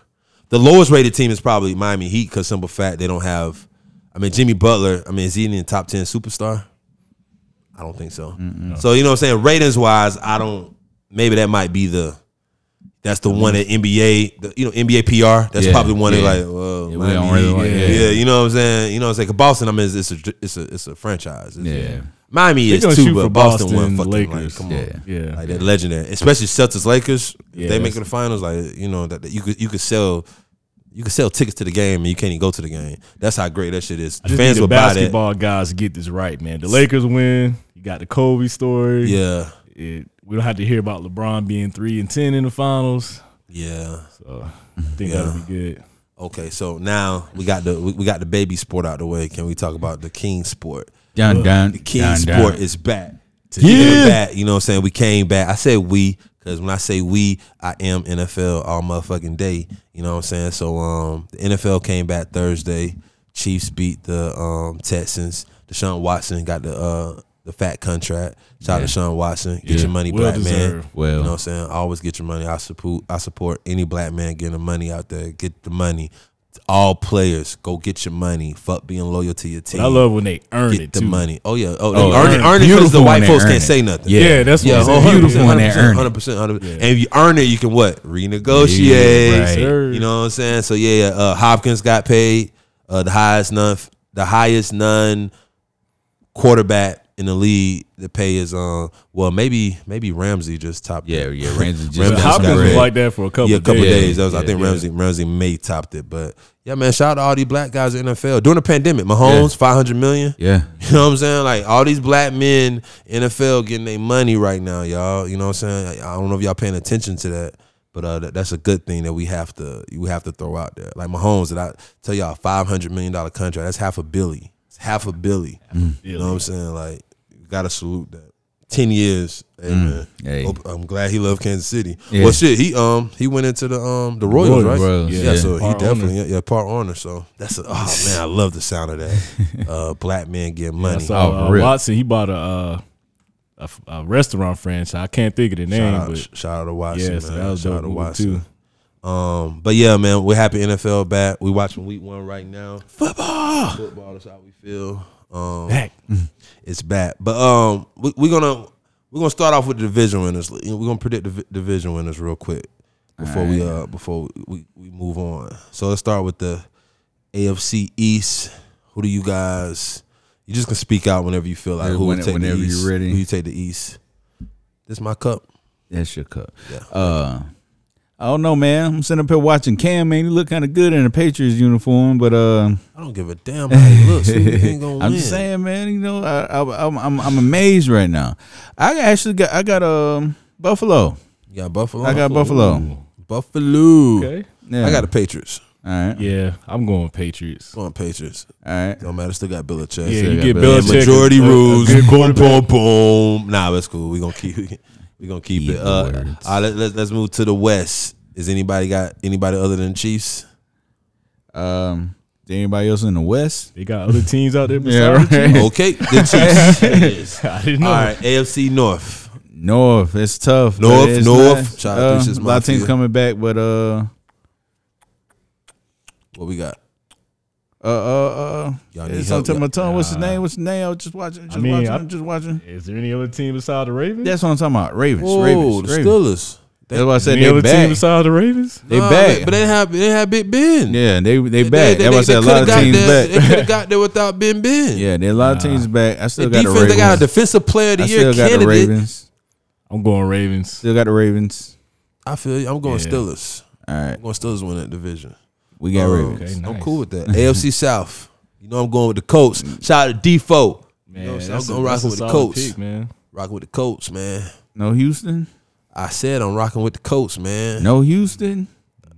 C: The lowest rated team is probably Miami Heat because simple fact they don't have I mean Jimmy Butler, I mean, is he in the top ten superstar? I don't think so. So you know what I'm saying? Ratings wise, I don't maybe that might be the that's the one that NBA, the, you know, NBA PR. That's
A: Yeah,
C: probably one
A: yeah.
C: that like, well,
A: Yeah, we
C: Miami
A: don't really
C: Heat,
A: like-
C: yeah.
A: yeah.
C: yeah, you know what I'm saying. You know what I'm saying. 'Cause Boston, I mean, it's, it's a it's a it's a franchise. It's-
A: Yeah.
C: Miami
B: They
C: is
B: gonna
C: too,
B: shoot
C: but
B: for
C: Boston,
B: Boston
C: one
B: and
C: fucking like,
B: Lakers.
C: come on,
A: Yeah.
B: yeah,
C: like that legendary, especially Celtics Lakers.
B: Yeah,
C: if they make
B: that's-
C: it the finals, like you know that, that you could you could sell. You could sell tickets to the game and you can't even go to the game. That's how great that shit is.
B: I just need
C: Fans
B: the
C: would buy that.
B: basketball guys to get this right, man. The Lakers win. You got the Kobe story.
C: Yeah,
B: It, we don't have to hear about LeBron being three and ten in the finals.
C: yeah.
B: So I think
C: Yeah.
B: that'll be good.
C: Okay, so now we got the we we got the baby sport out the way. Can we talk about the king sport?
A: Dun, dun,
C: The king
A: dun,
C: sport
A: dun.
C: is back.
B: Yeah.
C: back. You know what I'm saying? We came back. I said we because when I say we, I am NFL all motherfucking day. You know what I'm saying? So um, the NFL came back Thursday. Chiefs beat the um, Texans. Deshaun Watson got the uh, the fat contract. Shout out to Deshaun Watson. Get
A: Yeah.
C: your money,
B: Well
C: black man.
B: deserved.
A: Well.
C: you know what I'm saying? Always get your money. I support I support any black man getting the money out there. Get the money. All players, go get your money. Fuck being loyal to your team
B: I love when they earn
C: get
B: it
C: the
B: too.
C: money. Oh yeah. Oh,
A: Oh,
C: they earn
A: earn it.
C: it. Earn it because
A: Beautiful
C: the
A: when
C: white
A: they
C: folks
A: earn
C: can't
A: it.
C: say nothing.
A: Yeah.
B: Yeah, that's
A: Yeah,
B: what I'm
A: it's
B: saying.
A: beautiful when they earn it.
C: Hundred percent. Hundred percent. And if you earn it, you can what renegotiate.
A: Yeah, right.
B: Sir.
C: You know what I'm saying? So yeah, yeah, uh, Hopkins got paid uh, the highest none, the highest none quarterback in the league. The pay is um well maybe maybe Ramsey just topped.
A: Yeah,
C: it.
A: yeah. Ramsey just
C: Ramsey
A: got
B: Hopkins was
A: red.
B: like that for a couple.
C: Yeah, a couple
B: days.
C: days. That was, I
A: yeah,
C: think
A: yeah.
C: Ramsey Ramsey May topped it, but yeah, man, shout out to all these black guys in the NFL during the pandemic. Mahomes five hundred million.
A: Yeah.
C: You know what I'm saying? Like all these black men NFL getting their money right now, y'all. You know what I'm saying? I I don't know if y'all paying attention to that, but uh, that, that's a good thing that we have to you have to throw out there. Like Mahomes, that I tell y'all, five hundred million dollar contract. That's half a billy. It's half a billy. You know what I'm saying? Like you gotta salute that. Ten years, hey, man.
A: Hey.
C: Hope- I'm glad he loved Kansas City.
A: Yeah.
C: Well, shit, he um he went into the um the Royals,
A: Royals,
C: right?
A: Royals,
C: yeah,
A: yeah.
C: so he
B: Part
C: definitely yeah, yeah part owner. So that's a, oh man, I love the sound of that. Uh, black men get money.
B: So uh,
A: Oh, for real.
B: Watson, he bought a, uh, a f- a restaurant franchise. I can't think of the name,
C: Shout out,
B: but
C: sh- shout out to Watson.
B: yeah, so
C: man.
B: that was
C: shout out
B: dope
C: to
B: movie
C: Watson.
B: too.
C: Um, but yeah, man, we're happy NFL back. We watching week one right now. Football. Football is how we feel. Um,
B: Heck,
C: it's back. But um, we, we're gonna we're gonna start off with the division winners. You know, We're gonna predict the vi- division winners real quick before we uh before we, we move on. So let's start with the AFC East. Who do you guys? You just can speak out whenever you feel like.
A: Yeah,
C: Who
A: when-
C: would take
A: whenever
C: the
A: you're
C: East?
A: ready.
C: Who you take the East? This my cup.
A: That's your cup.
C: Yeah.
A: Uh, I don't know, man. I'm sitting up here watching Cam, man. He look kind of good in a Patriots uniform, but uh,
C: I don't give a damn how he looks. Who you think gonna
A: I'm
C: win?
A: just saying, man. You know, I, I, I'm, I'm I'm amazed right now. I actually got I got um Buffalo.
C: You got Buffalo.
A: I got Buffalo.
C: Buffalo.
B: okay,
A: Yeah.
C: I got the Patriots.
A: all right,
B: yeah, I'm going Patriots.
C: Come on, Patriots.
A: all right.
C: Don't matter. Still got Belichick.
B: Yeah,
A: I
B: you
A: got
B: get
A: Belichick.
B: Belichick.
C: Majority
A: Uh,
B: a- a
C: rules.
B: good
C: Boom,
B: quarterback.
C: boom, boom. Nah, that's cool. We gonna keep. We gonna keep
A: Eat
C: it. Uh, all
A: words.
C: right, let, let, let's move to the West. Is anybody got anybody other than Chiefs?
A: Um, Did anybody else in the West?
B: They got other teams out there besides
A: right.
C: Okay, the Chiefs. It is.
B: I didn't know.
C: All right, AFC North.
A: North, it's tough. but
C: North,
A: it's
C: North.
A: not-
C: Shout out
A: Uh,
C: Deuces
A: a lot of teams
C: Mafia.
A: coming back, but uh,
C: What we got?
A: uh, uh, uh
C: Y'all need
A: it's on
C: help,
A: tip of
C: y'all.
A: my tongue. What's his name? What's his name? I was just watching. Just
B: mean,
A: watching.
B: I-
A: just watching.
B: Is there any other team besides the Ravens?
A: That's what I'm talking about. Ravens.
C: Whoa,
A: Ravens.
C: the
A: Ravens.
C: Steelers.
A: That's why I said
B: any
A: they
B: other team
A: back.
B: besides the Ravens?
A: They
C: Nah,
A: back.
C: but they have they have Big Ben.
A: yeah, they they
C: They-
A: back.
C: they-
A: That's why I
C: they-
A: said a
C: they
A: lot of
C: coulda got
A: teams
C: there-
A: back.
C: They could have got there without Ben Ben.
A: Yeah, there are a lot of teams back. I
C: The
A: still got the
C: defense,
A: Ravens.
C: they got a defensive player of the
A: I
C: year
A: still got the
C: candidate.
A: Ravens.
B: I'm going Ravens.
A: Still got the Ravens.
C: I feel you. I'm going
B: Yeah.
C: Steelers.
A: All right,
C: I'm going Steelers win that division.
A: we got
C: Um,
A: Ravens.
B: okay,
C: I'm
B: nice.
C: cool with that. AFC South. You know I'm going with the Colts. Shout out to Defoe.
B: Man,
C: you know what I'm saying? I'm
B: that's a-
C: going
B: that's a
C: rocking with the
B: solid
C: Colts.
B: pick, man.
C: Rocking with the Colts, man.
A: No Houston.
C: I said I'm rocking with the Colts, man.
A: No Houston.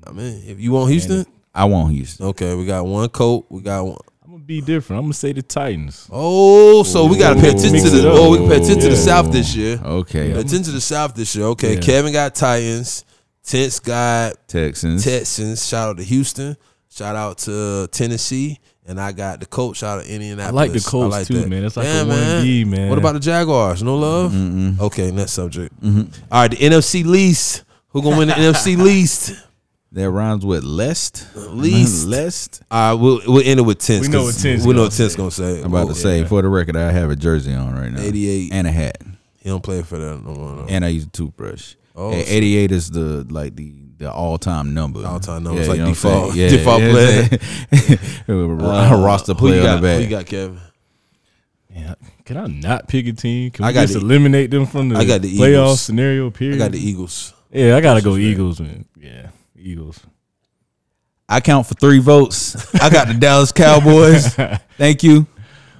C: I mean, if you want Houston,
A: I want Houston.
C: okay, we got one Colt. We got one.
B: I'm gonna be different. I'm gonna say the Titans.
C: Oh, so we got to pay
A: Ooh.
C: attention
B: Mix
C: to the.
B: it up.
C: Oh, we can pay attention to the
B: Yeah.
C: South this year.
A: Okay,
C: Pay attention to the South this year. Okay,
B: Yeah.
C: Kevin got Titans. Tent's got
A: Texans.
C: Texans. Shout out to Houston. Shout out to uh, Tennessee. And I got the Colts. Shout out to Indianapolis.
B: I like the Colts too, man. It's like a 1B, man.
C: What about the Jaguars? No love. Okay, next subject.
B: Mm-hmm.
C: All right, the NFC least. Who gonna win the NFC least?
A: That rhymes with lest.
C: Least.
A: Lest.
C: All right, we'll we'll end it with tens.
B: We know
C: 'cause
B: what tens
C: We know
B: gonna
C: what tens
B: say.
C: gonna say. Oh,
A: I'm about
C: Well,
A: to say, for the record, I have a jersey on right now.
C: 88.
A: And a hat.
C: he don't play for that no more. No.
A: And I use a toothbrush.
C: Oh,
A: And
C: so-
A: 88 is the like the the all time number.
C: All-time number. It's like
A: you know what I'm
C: default-
A: saying?
C: default Uh,
A: player. roster
C: who you
A: player on
C: got?
A: the
C: Who you
A: back.
C: got, Kevin?
B: Man, can I not pick a team? Can
C: I
B: we
C: got
B: just
C: the- E-
B: eliminate them from the,
C: I got the
B: playoff
C: Eagles.
B: scenario? Period.
C: I got the Eagles.
B: yeah, I gotta go Eagles, man. Yeah, Eagles.
A: I count for three votes.
C: I got the Dallas Cowboys.
A: Cowboys. Thank you.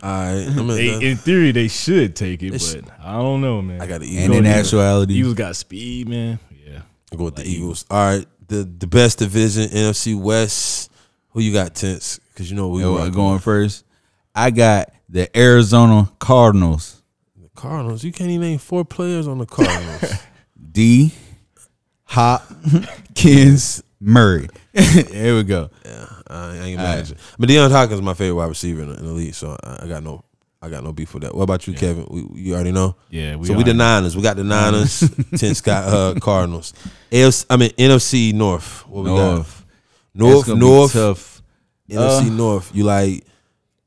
C: All right, I'm in
B: They,
C: there.
B: in theory, they should take it,
C: It's-
B: but I don't know, man.
C: I got the Eagles.
A: And in
B: Go Eagles.
A: actuality,
B: Eagles got speed, man. Yeah,
C: I'll go with the Eagles. All right, the the best division, NFC West. Who you got, Tense? Because you know we
A: yo,
C: were
A: I'm going first. I got the Arizona Cardinals.
C: The Cardinals. You can't even name four players on the Cardinals.
A: D. Hop, Kins, Murray. there we go.
C: yeah, I ain't gonna imagine. But Deion Hawkins is my favorite wide receiver in the, in the league, so I, I got no, I got no beef with that. What about you, Kevin? We, you already know.
B: yeah.
C: so we
B: are-
C: the Niners. We got the
A: Uh-huh.
C: Niners. Tense got uh, Cardinals. AFC, I mean NFC North. What we got?
A: North. It's
C: North,
A: gonna be
C: North,
A: tough. Uh.
C: NFC North. You like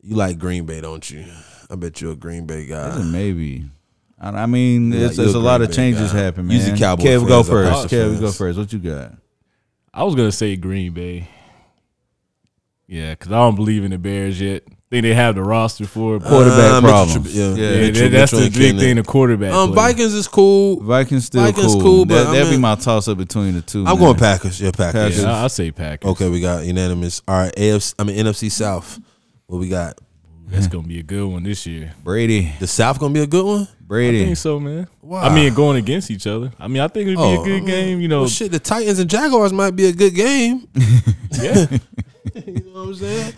C: you like Green Bay, don't you? I bet you're a Green Bay
A: That's
C: guy.
A: a maybe. I I mean,
C: Yeah,
A: there's,
C: you're
A: there's a
C: a
A: lot
C: Green
A: of
C: Bay
A: changes
C: guy.
A: happen, man.
C: Use your Cowboy
A: Kev,
C: friends,
A: go
C: I'm
A: first.
C: Dodger
A: Kev, go
C: fans.
A: first. What you got?
B: I was gonna say Green Bay. Yeah, because I don't believe in the Bears yet. Think they have the roster for it. but-
A: Quarterback
C: Uh, Mitchell
A: problems.
C: Trub- yeah.
A: yeah,
B: yeah,
C: Mitchell-
B: that- that's
C: Mitchell
B: the big
C: and
B: thing. The quarterback.
C: Um,
B: play.
C: Vikings is cool.
A: Vikings still
C: Vikings
A: cool.
C: cool,
A: that,
C: but I
A: that'd be
C: mean-
A: my toss up between the two.
C: I'm
A: man.
C: going Packers. Yeah, Packers.
B: Yeah, I, will say Packers. Uh,
C: Okay, we got unanimous. All right, AFC. I mean NFC South. What we got?
B: That's gonna be a good one this year.
A: Brady.
C: The South gonna be a good one.
B: I
A: Brady.
B: think so, man.
C: Wow.
B: I mean, going against each other. I mean, I think it'd be
C: Oh,
B: a good
C: I mean,
B: game. You know,
C: Well, shit, the Titans and Jaguars might be a good game.
B: yeah.
C: you know what I'm saying?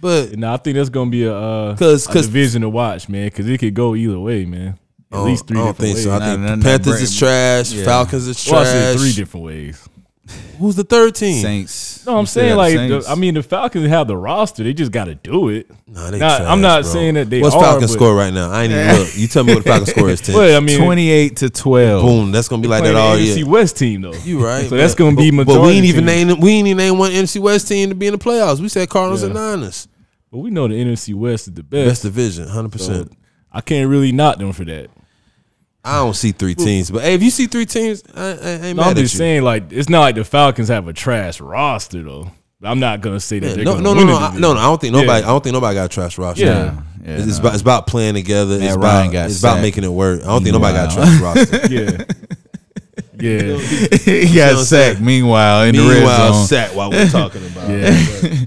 C: But
B: No, I think that's gonna be a uh,
C: 'Cause-
B: a
C: 'cause-
B: division to watch, man. Because it could go either way, man. At
C: I don't-
B: least three
C: oh, I don't
B: different
C: think
B: ways.
C: so. I
A: Nah,
C: think
A: nah,
C: the
A: nah,
C: Panthers
A: Brady-
C: is trash.
A: Yeah.
C: Falcons is
B: Well, I said
C: trash.
B: three different ways.
C: Who's the third team?
A: Saints.
B: No, I'm
A: You still
B: saying
A: got
B: like,
A: Saints.
B: the, I mean, the Falcons have the roster. They just got to do it.
C: Nah, they
B: Nah,
C: trash,
B: I'm not
C: bro.
B: saying that they
C: What's
B: are,
C: Falcons
B: but-
C: score right now? I ain't even look. You tell me what the Falcons score is. 10.
B: But I mean,
A: 28 to 12.
C: Boom. That's gonna be like
B: playing
C: that
B: the
C: all
B: AFC
C: year.
B: West team though.
C: You right.
B: So that's gonna be
C: but,
B: majority.
C: But we ain't even
B: team.
C: name we ain't even name one NFC West team to be in the playoffs. We said Cardinals and Niners.
B: But we know the NFC West is the
C: Best
B: best.
C: division, hundred percent.
B: I can't really knock them for that.
C: I don't see three teams, but hey, if you see three teams, I, I ain't
B: No,
C: mad
B: I'm
C: at
B: just
C: you.
B: saying like it's not like the Falcons have a trash roster though. I'm not gonna say that.
C: Yeah,
B: they're
C: no,
B: gonna
C: no, no,
B: win
C: no,
B: the
C: I-
B: division.
C: no, no. I don't think nobody.
B: Yeah.
C: I don't think nobody got a trash roster.
B: Yeah.
A: Yeah,
C: It's, it's
A: nah.
C: about, it's about playing together. it's
A: Matt
C: about,
A: Ryan got
C: it's about
A: sacked.
C: making it work. I don't think nobody got a
A: Meanwhile.
C: trash roster.
B: Yeah. yeah.
A: he
C: what I'm
A: got sacked.
C: saying?
A: Meanwhile, in the red
C: Meanwhile,
A: zone.
C: sat while we're talking about. it.
B: Yeah.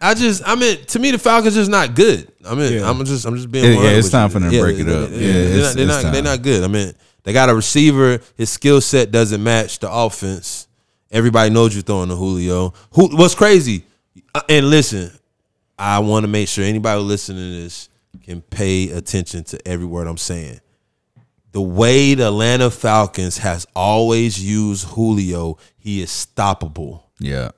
C: I just, I mean, to me, the Falcons just not good. I mean,
B: Yeah.
C: I'm just, I'm just being.
A: Yeah,
C: 100
A: it's
C: with
A: time
C: you.
A: for them to break it
C: they-
A: up.
C: they-
A: Yeah,
C: they're
A: it's-
C: not, they're
A: it's
C: not,
A: time.
C: they're not good. I mean, they got a receiver. His skill set doesn't match the offense. Everybody knows you're throwing to Julio. Who? What's crazy? uh, And listen, I want to make sure anybody listening to this can pay attention to every word I'm saying. The way the Atlanta Falcons has always used Julio, he is stoppable.
A: Yeah.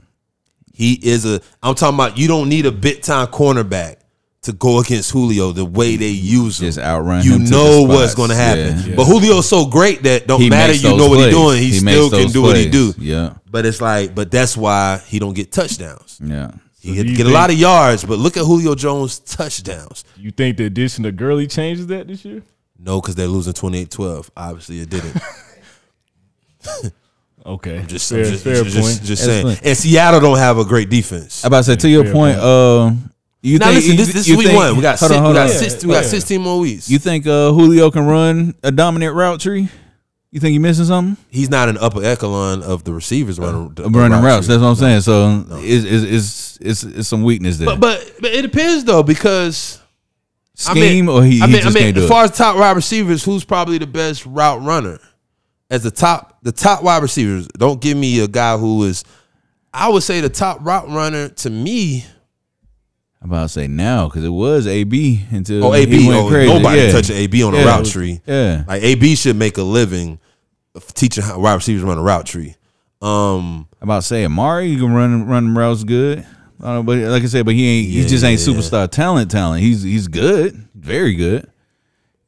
C: He is a. I'm talking about. You don't need a bit time cornerback to go against Julio the way they use him.
A: Just outrun
C: You
A: him to
C: know
A: the
C: what's
A: spots.
C: going to happen.
A: Yeah.
C: But Julio's so great that don't matter.
A: makes
C: You
A: those
C: know what
A: plays.
C: he's doing. He,
A: makes
C: still can
A: those
C: do what he do.
A: plays. Yeah,
C: But it's like, but that's why he don't get touchdowns.
A: yeah.
C: He
B: do
C: get
B: you
C: a lot of yards, but look at Julio Jones touchdowns.
B: You think the addition of Gurley changes that this year?
C: No, because they're losing 28-12. Obviously, it didn't.
B: Okay,
C: Just,
B: fair,
C: just,
B: fair
C: just,
B: point.
C: just, just
A: That's
C: saying.
A: fine.
C: And Seattle don't have a great defense.
A: I about to say to your
B: fair
A: point.
B: point.
A: Uh, you
C: Now
A: think
C: listen,
A: you,
C: this, this
A: you
C: is week
A: think-
C: one. We got
A: hold
C: six,
A: on,
C: we
A: hold
C: got,
A: on.
C: six, we got
B: Yeah.
C: sixteen more weeks.
A: You think uh, Julio can run a dominant route tree? You think you missing something?
C: He's not an upper echelon of the receivers running the- the
A: Uh, running
C: route
A: routes.
C: tree.
A: That's what I'm saying. So it's, it's, it's, it's, it's some weakness there.
C: But, but but it depends though because I mean-
A: Scheme or he, he
C: I mean,
A: just
C: I mean
A: can't do
C: as
A: it.
C: far as top wide receivers, who's probably the best route runner as the top the top wide receivers? Don't give me a guy who is. I would say the top route runner to me.
A: I'm about to say now because it was AB until
C: Oh,
A: he
C: AB.
A: went
C: Oh,
A: crazy.
C: nobody
A: yeah.
C: touching AB on a
A: Yeah.
C: route tree.
A: Yeah,
C: Like AB should make a living of teaching how wide receivers run a route tree. Um,
A: I'm about to say Amari you can run run routes good. I don't know, but like I said, but he ain't. he just ain't superstar talent. Talent. He's he's good, very good. You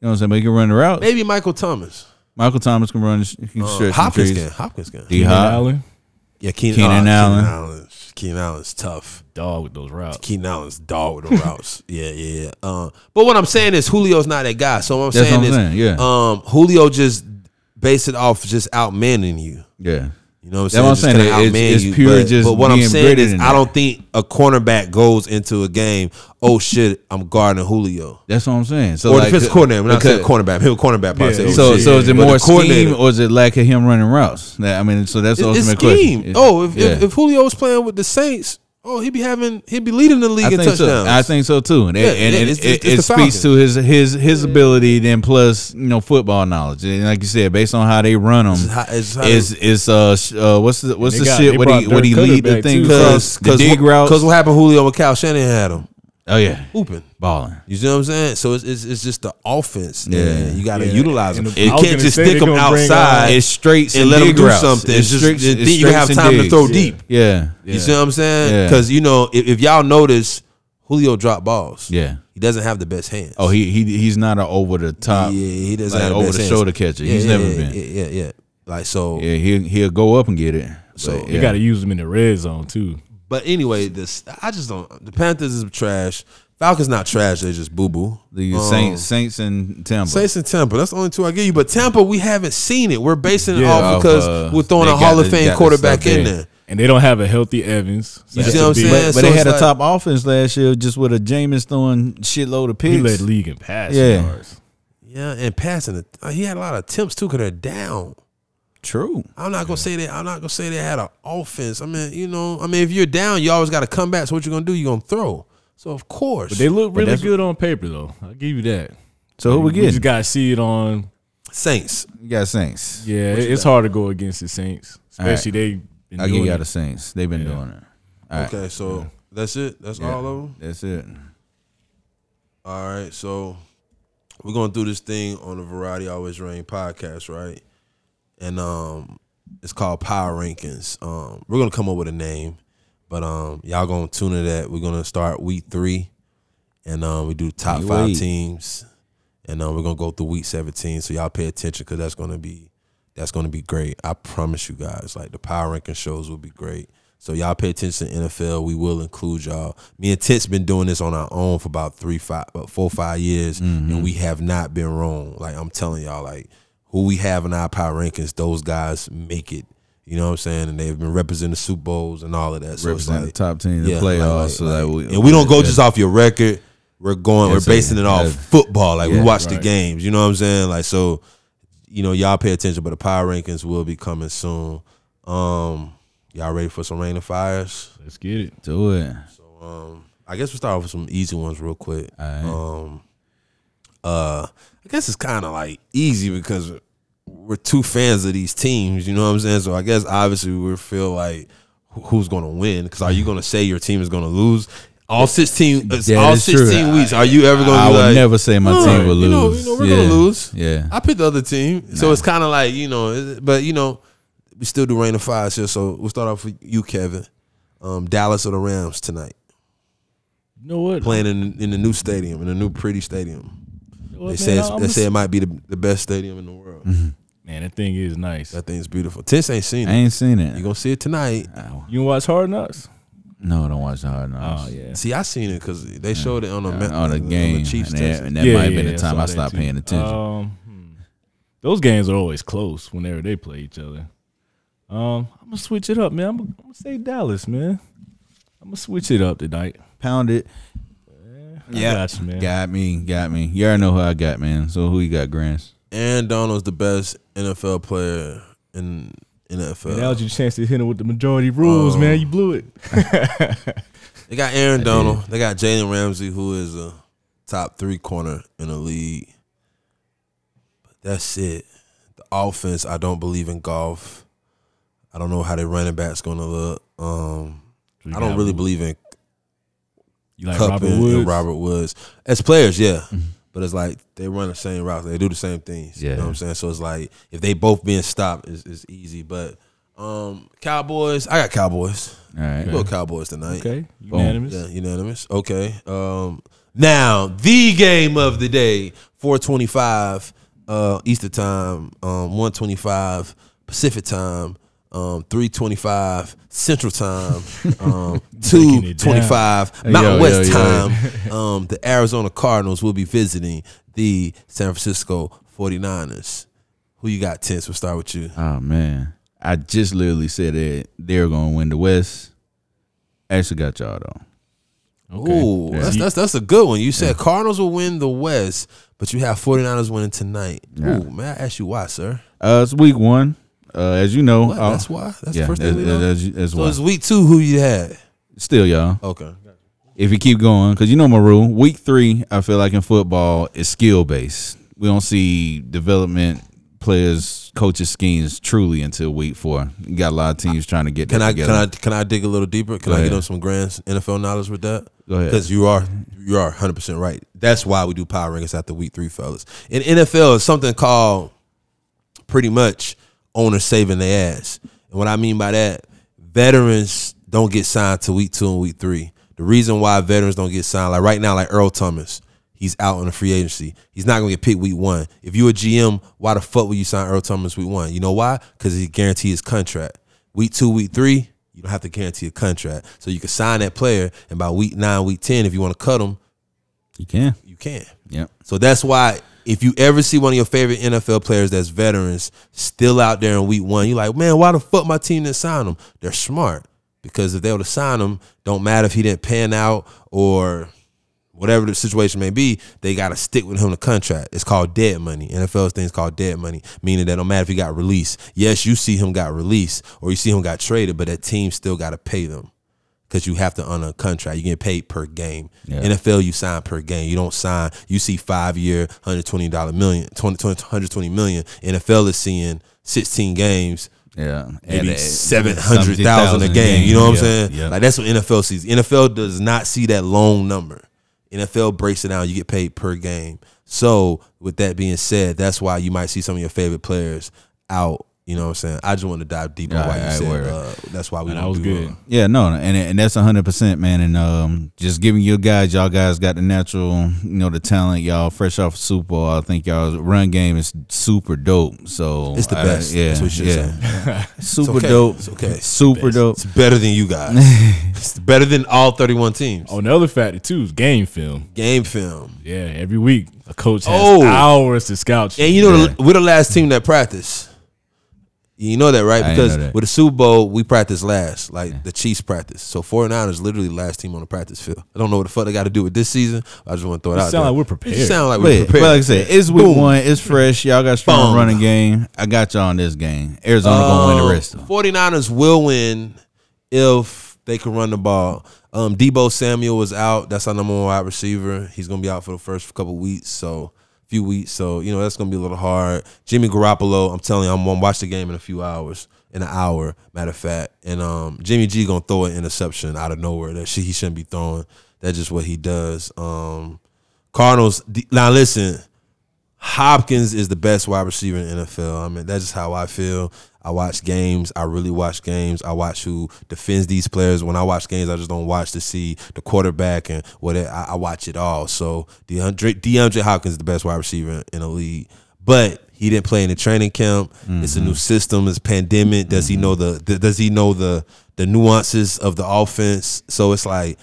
A: know what I'm saying? But he can run the route.
C: maybe Michael Thomas,
A: Michael Thomas can run. He can stretch some
C: Uh, Hopkins
A: trees.
C: can, Hopkins can.
A: D
B: Keenan
A: Hop.
B: Allen,
C: Yeah, Keenan,
A: Keenan
C: Keenan
A: Allen.
C: Allen. Keenan Allen's tough.
B: dog with those routes.
C: Keenan Allen's dog with the routes. yeah, yeah, yeah. Uh, but what I'm saying is Julio's not that guy. So what I'm
A: That's
C: saying
A: what I'm saying,
C: is,
A: yeah.
C: um, Julio just based it off just outmanning you.
A: Yeah,
C: You know what
A: That's
C: I'm
A: what I'm saying.
C: saying? Just kinda
A: It's-
C: outman
A: it's pure
C: but,
A: just
C: but what I'm
A: being
C: saying
A: greater
C: is,
A: than
C: I
A: that.
C: don't think a cornerback goes into a game. Oh shit, I'm guarding Julio.
A: that's what I'm saying. So
C: Or
A: like,
C: the defensive coordinator. When I
A: because-
C: said cornerback, him cornerback. probably
B: Yeah.
C: said, oh,
A: So,
C: shit.
A: so is it
C: But the
A: more scheme
C: coordinator-
A: or is it lack of him running routes? That- I mean, so that's the
C: It- It's
A: ultimate
C: scheme.
A: question.
C: Oh, if, if,
A: Yeah.
C: if Julio was playing with the Saints, oh, he'd be having, he'd be leading the league
A: I
C: in
A: think so.
C: touchdowns.
A: I think so too, and
C: Yeah,
A: it, and
C: yeah,
A: it,
C: it's-
A: it,
C: it's the
A: it speaks to his his his ability. Then plus, you know, football knowledge, and like you said, based on how they run him,
C: how- it's how they-
A: is is uh, sh- uh what's the what's
B: They
A: the
B: got-
A: shit?
B: they
A: What he
B: brought
A: what he
B: Dirk
A: lead the
B: Cutter back,
A: thing
B: too.
A: across
C: because
A: the dig routes?
C: what happened, Julio and Kyle Shannon had him
A: Oh yeah,
C: hooping.
A: balling.
C: You see what I'm saying? So it's it's, it's just the offense.
A: Yeah.
C: Yeah, you got to
B: Yeah.
C: utilize them.
B: And the-
C: you
B: I was
C: can't
B: gonna
C: just
B: say
C: stick
B: they
C: them
B: gonna bring uh,
C: outside.
B: out-
A: It's straight
C: and let him do something. It's just- then you have time to throw deep.
A: Yeah,
C: You see what I'm saying?
A: Yeah.
C: Because you know, if, if y'all notice, Julio dropped balls.
A: yeah.
C: he doesn't have the best hands.
A: Oh, he he he's not an over the
C: yeah,
A: top.
C: he doesn't
A: like,
C: have the
A: over
C: best
A: the
C: hands.
A: shoulder catcher.
C: Yeah,
A: He's
C: yeah,
A: never
C: yeah,
A: been.
C: Yeah, yeah, yeah. Like so.
A: Yeah, he he'll go up and get it.
C: So,
A: But,
B: You
A: yeah.
B: got to use them in the red zone too.
C: But anyway, this I just don't. The Panthers is trash. Falcons not trash. They just boo boo.
A: the Saints Saints and Tampa.
C: Oh. Saints and Tampa. That's the only two I give you. But Tampa, we haven't seen it. We're basing it
B: Yeah.
C: off because
A: Of, uh,
C: we're throwing
A: they
C: a
A: got
C: Hall of
A: the-
C: Fame
A: got the
C: quarterback
A: stuff,
C: in
A: yeah.
C: there.
B: And they don't have a healthy Evans. So
C: You
B: that's
C: see what
B: a
C: I'm
B: big-
C: saying?
A: But
C: So
A: they
C: it's
A: had a
C: like-
A: top offense last year just with a Jameis throwing shitload of picks.
B: He led the league in passing
A: Yeah.
B: yards.
C: Yeah, and passing it. uh, He had a lot of attempts too because they're down.
A: True.
C: I'm not gonna say that. I'm not gonna say they had an offense. I mean, you know, I mean, if you're down, you always got to come back. So what you gonna do? You are gonna throw. So of course,
B: But they look really
A: that's-
B: good on paper though. I'll give you that.
A: So who we
B: You just
A: getting?
B: gotta see it on
C: Saints.
A: You got Saints.
B: Yeah, it- it's hard to go against the Saints,
A: All right.
B: especially they. been
A: I give
B: doing
A: y'all
B: it.
A: the Saints. They've been doing it. All right.
C: Okay, so that's it. That's all of them.
A: That's it.
C: All right, so we're gonna do this thing on the Variety Always Rain podcast, right? And um, it's called Power Rankings. Um, we're gonna come up with a name, but um, y'all gonna tune into that. We're gonna start week three, and um, we do top
A: Can't
C: five
A: wait.
C: teams, and um, we're gonna go through week seventeen. So y'all pay attention because that's gonna be that's gonna be great. I promise you guys. Like the Power Ranking shows will be great. So y'all pay attention to NFL. We will include y'all. Me and Tit's been doing this on our own for about three, five, about four, five years, and we have not been wrong. Like I'm telling y'all, like who we have in our power rankings, those guys make it. You know what I'm saying? And they've been representing the Super Bowls and all of that. So it's
A: Represent the
C: like-
A: top team in the
C: yeah, like-
A: playoffs.
C: like-
A: so
C: like-
A: that
C: and we don't go
A: yeah.
C: just off your record. We're going.
A: Yeah,
C: we're
A: so-
C: basing it off
A: yeah.
C: football. Like we
A: Yeah,
C: watch the
B: right.
C: games. You know what I'm saying? Like so, you know, y'all pay attention. But the power rankings will be coming soon. Um, y'all ready for some rain and fires?
B: Let's get it.
A: do it.
C: Um, I guess we'll start off with some easy ones real quick.
A: Alright.
C: Um, uh, I guess it's kind of like easy because we're two fans of these teams. You know what I'm saying? So I guess obviously we feel like wh- who's going to win? Because are you going to say your team is going to lose? All sixteen, it's
A: That
C: all
A: is true.
C: sixteen weeks. Are you ever going
A: I
C: to
A: would
C: like,
A: never say my
C: "Huh,
A: team will
C: you know-
A: lose.
C: You know, we're going
A: Yeah.
C: to lose.
A: Yeah.
C: I picked the other team, so it's kind of like you know, it- but you know, we still do rain of fires here. So we'll start off with you, Kevin. um, Dallas or the Rams tonight.
B: You know what?
C: Playing in, in the new stadium, in the new pretty stadium.
B: You know what,
C: They
B: man?
C: say it's,
B: I'm
C: they
B: just-
C: say it might be the, the best stadium in the world.
B: man, that thing is nice.
C: That thing's beautiful. Tess ain't seen
A: I
C: it.
A: ain't seen
C: You
A: it.
C: gonna see it tonight.
A: Ow.
B: You watch Hard Knocks?
A: No, I don't watch the hard knocks.
B: Oh yeah.
C: See, I seen it because they showed it on the
A: Uh,
C: ma-
A: on the
C: on
A: game,
C: Chiefs.
A: and that,
C: Texans.
A: and that
B: Yeah,
A: might have
B: yeah,
A: been
B: yeah,
A: the time
B: saw
A: I
B: that
A: stopped
B: too.
A: paying attention.
B: Um, hmm. Those games are always close whenever they play each other. Um, I'm gonna switch it up, man. I'm gonna, I'm gonna say Dallas, man. I'm gonna switch it up tonight.
A: Pound it.
B: I got you, man.
A: Got me, got me. You already know who I got, man. So who you got, Grants?
C: Aaron Donald's the best NFL player in NFL.
B: Man, that was your chance to hit him with the majority rules, man.
A: Oh.
B: You blew it.
C: they got Aaron Donald. They got Jalen Ramsey, who is a top three corner in the league. But that's it. The offense, I don't believe in golf. I don't know how their running back's gonna look. Um, I don't really believe in
B: You like
C: Cup
B: Robert
C: and,
B: Woods? Mm-hmm.
C: and Robert Woods. As players, yeah. But it's like they run the same routes. They do the same things. You
A: Yeah.
C: know what I'm saying? So it's like if they both being stopped, it's, it's easy. But um Cowboys, I got Cowboys.
A: All right.
C: Go Cowboys tonight.
B: Okay, unanimous.
C: Yeah, unanimous. Okay. Um now the game of the day, 425 uh Easter time, um 125 Pacific time. Um, three twenty-five Central Time, um,
B: Breaking
C: two
B: it down.
C: twenty-five
A: Yo,
C: Mountain
A: yo,
C: West
A: yo.
C: time um, the Arizona Cardinals will be visiting the San Francisco 49ers. Who you got, Tense? We'll start with you.
A: Oh man, I just literally said that they were going to win the West. Actually, got y'all though.
B: Okay.
C: Ooh,
B: Yeah.
C: that's,
B: You-
C: that's that's a good one. You said Cardinals will win the West, but you have 49ers winning tonight.
A: Yeah.
C: Ooh, may I ask you why, sir?
A: Uh, it's week one. Uh, as you know,
C: What?
A: uh,
C: that's why? That's
A: yeah,
C: the first thing we
A: that's-
C: know?
A: that's- that's
C: So
A: why.
C: it's week two who you had.
A: Still, y'all.
C: Okay.
A: If you keep going, because you know my rule, week three, I feel like in football is skill based. We don't see development players, coaches, schemes truly until week four. You got a lot of teams trying to get
C: Can
A: that
C: I
A: together.
C: can I can I dig a little deeper? Can
A: Go
C: I get
A: ahead.
C: on some grand NFL knowledge with that?
A: Go ahead.
C: Because you are you are hundred percent right. That's why we do power rankings after week three, fellas. In NFL, it's something called pretty much owners saving their ass. And what I mean by that, veterans don't get signed to week two and week three. The reason why veterans don't get signed, like right now, like Earl Thomas, he's out on a free agency. He's not gonna get picked week one. If you a GM, why the fuck would you sign Earl Thomas week one? You know why? Because he guaranteed his contract. Week two, week three, you don't have to guarantee a contract. So you can sign that player, and by week nine, week ten, if you want to cut him,
A: you can.
C: you can.
A: Yep.
C: So that's why if you ever see one of your favorite NFL players that's veterans still out there in week one, you're like, man, why the fuck my team didn't sign him? They're smart because if they would have signed him, don't matter if he didn't pan out or whatever the situation may be, they got to stick with him the contract. It's called dead money. NFL's thing's called dead money, meaning that no matter if he got released, yes, you see him got released or you see him got traded, but that team still got to pay them because you have to honor a contract. You get paid per game.
A: Yeah.
C: NFL, you sign per game. You don't sign. You see five year, hundred twenty dollar million, 20, 20, 120 million. NFL is seeing sixteen games.
A: Yeah. And,
C: Maybe
A: uh,
C: seven hundred thousand a game. You know what I'm saying?
A: Yeah.
C: Like that's what NFL sees. NFL does not see that long number. NFL breaks it down. You get paid per game. So with that being said, that's why you might see some of your favorite players out. You know what I'm saying? I just want to dive deep on
A: Alright,
C: why you
A: alright,
C: said
A: word.
C: uh, that's why we.
B: That
C: don't
B: was
C: do,
B: good.
C: uh,
A: Yeah, no, and and that's hundred percent, man. And um, just giving you guys, y'all guys got the natural, you know, the talent. Y'all fresh off Super Bowl, I think y'all's run game is super dope. So
C: It's the
A: I-
C: best.
A: yeah,
C: That's what you should
A: yeah, super
C: okay.
A: dope.
C: It's okay. It's
A: super dope.
C: It's better than you guys. it's better than all 31 teams.
B: Oh, another factor too is game film.
C: Game film.
B: Yeah, every week a coach has
C: Oh.
B: hours to scout you.
C: And you know, the, we're the last team that practice. You know that, right?
A: I didn't
C: Because
A: know that.
C: with the Super Bowl, we practice last. Like the Chiefs practice. So 49ers literally last team on the practice field. I don't know what the fuck they got to do with this season. but I just want to throw it
B: You
C: out
B: sound
C: there.
B: like we're
C: You
B: prepared.
C: sound like
A: But,
C: we're
A: but
C: prepared.
A: like I said, it's week
C: Boom.
A: one. It's fresh. Y'all got strong
C: Boom. Oh.
A: running game. I got y'all in this game. Arizona gonna win the rest of them.
C: 49ers Uh, will win if they can run the ball. Um, Debo Samuel was out. That's our number one wide receiver. He's going to be out for the first couple weeks, so few weeks. So, you know, that's going to be a little hard. Jimmy Garoppolo, I'm telling you, I'm going to watch the game in a few hours, in an hour, matter of fact. And um, Jimmy G going to throw an interception out of nowhere that shit he shouldn't be throwing. That's just what he does. Um, Cardinals, D- now listen – Hopkins is the best wide receiver in the NFL. I mean, that's just how I feel. I watch games. I really watch games. I watch who defends these players. When I watch games, I just don't watch to see the quarterback and what it, I, I watch it all. So DeAndre DeAndre Hopkins is the best wide receiver in the league, but he didn't play in the training camp. It's a new system. It's pandemic. Does he know the, the Does he know the the nuances of the offense? So it's like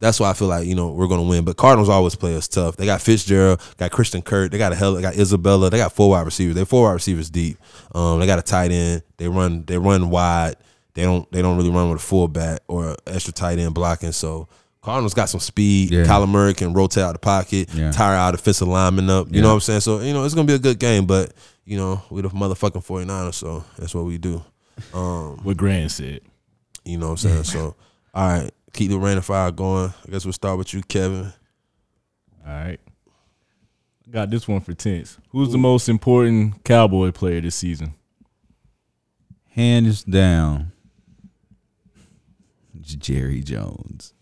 C: that's why I feel like you know we're gonna win. But Cardinals always play us tough. They got Fitzgerald, got Christian Kirk, they got a hell, they got Isabella, they got four wide receivers. They four wide receivers deep. Um, they got a tight end. They run, they run wide. They don't, they don't really run with a fullback or a extra tight end blocking. So Cardinals got some speed.
A: Yeah.
C: Kyler Murray can rotate out the pocket,
A: Yeah.
C: tire out defensive lineman up. You
A: Yeah.
C: know what I'm saying? So you know it's gonna be a good game. But you know we the motherfucking 49ers, so that's what we do.
B: What Grant said.
C: You know what I'm saying? so all right, keep the rain and fire going. I guess we'll start with you, Kevin.
B: All right. Got this one for tense. Who's the most important cowboy player this season?
A: Hands down, it's Jerry Jones.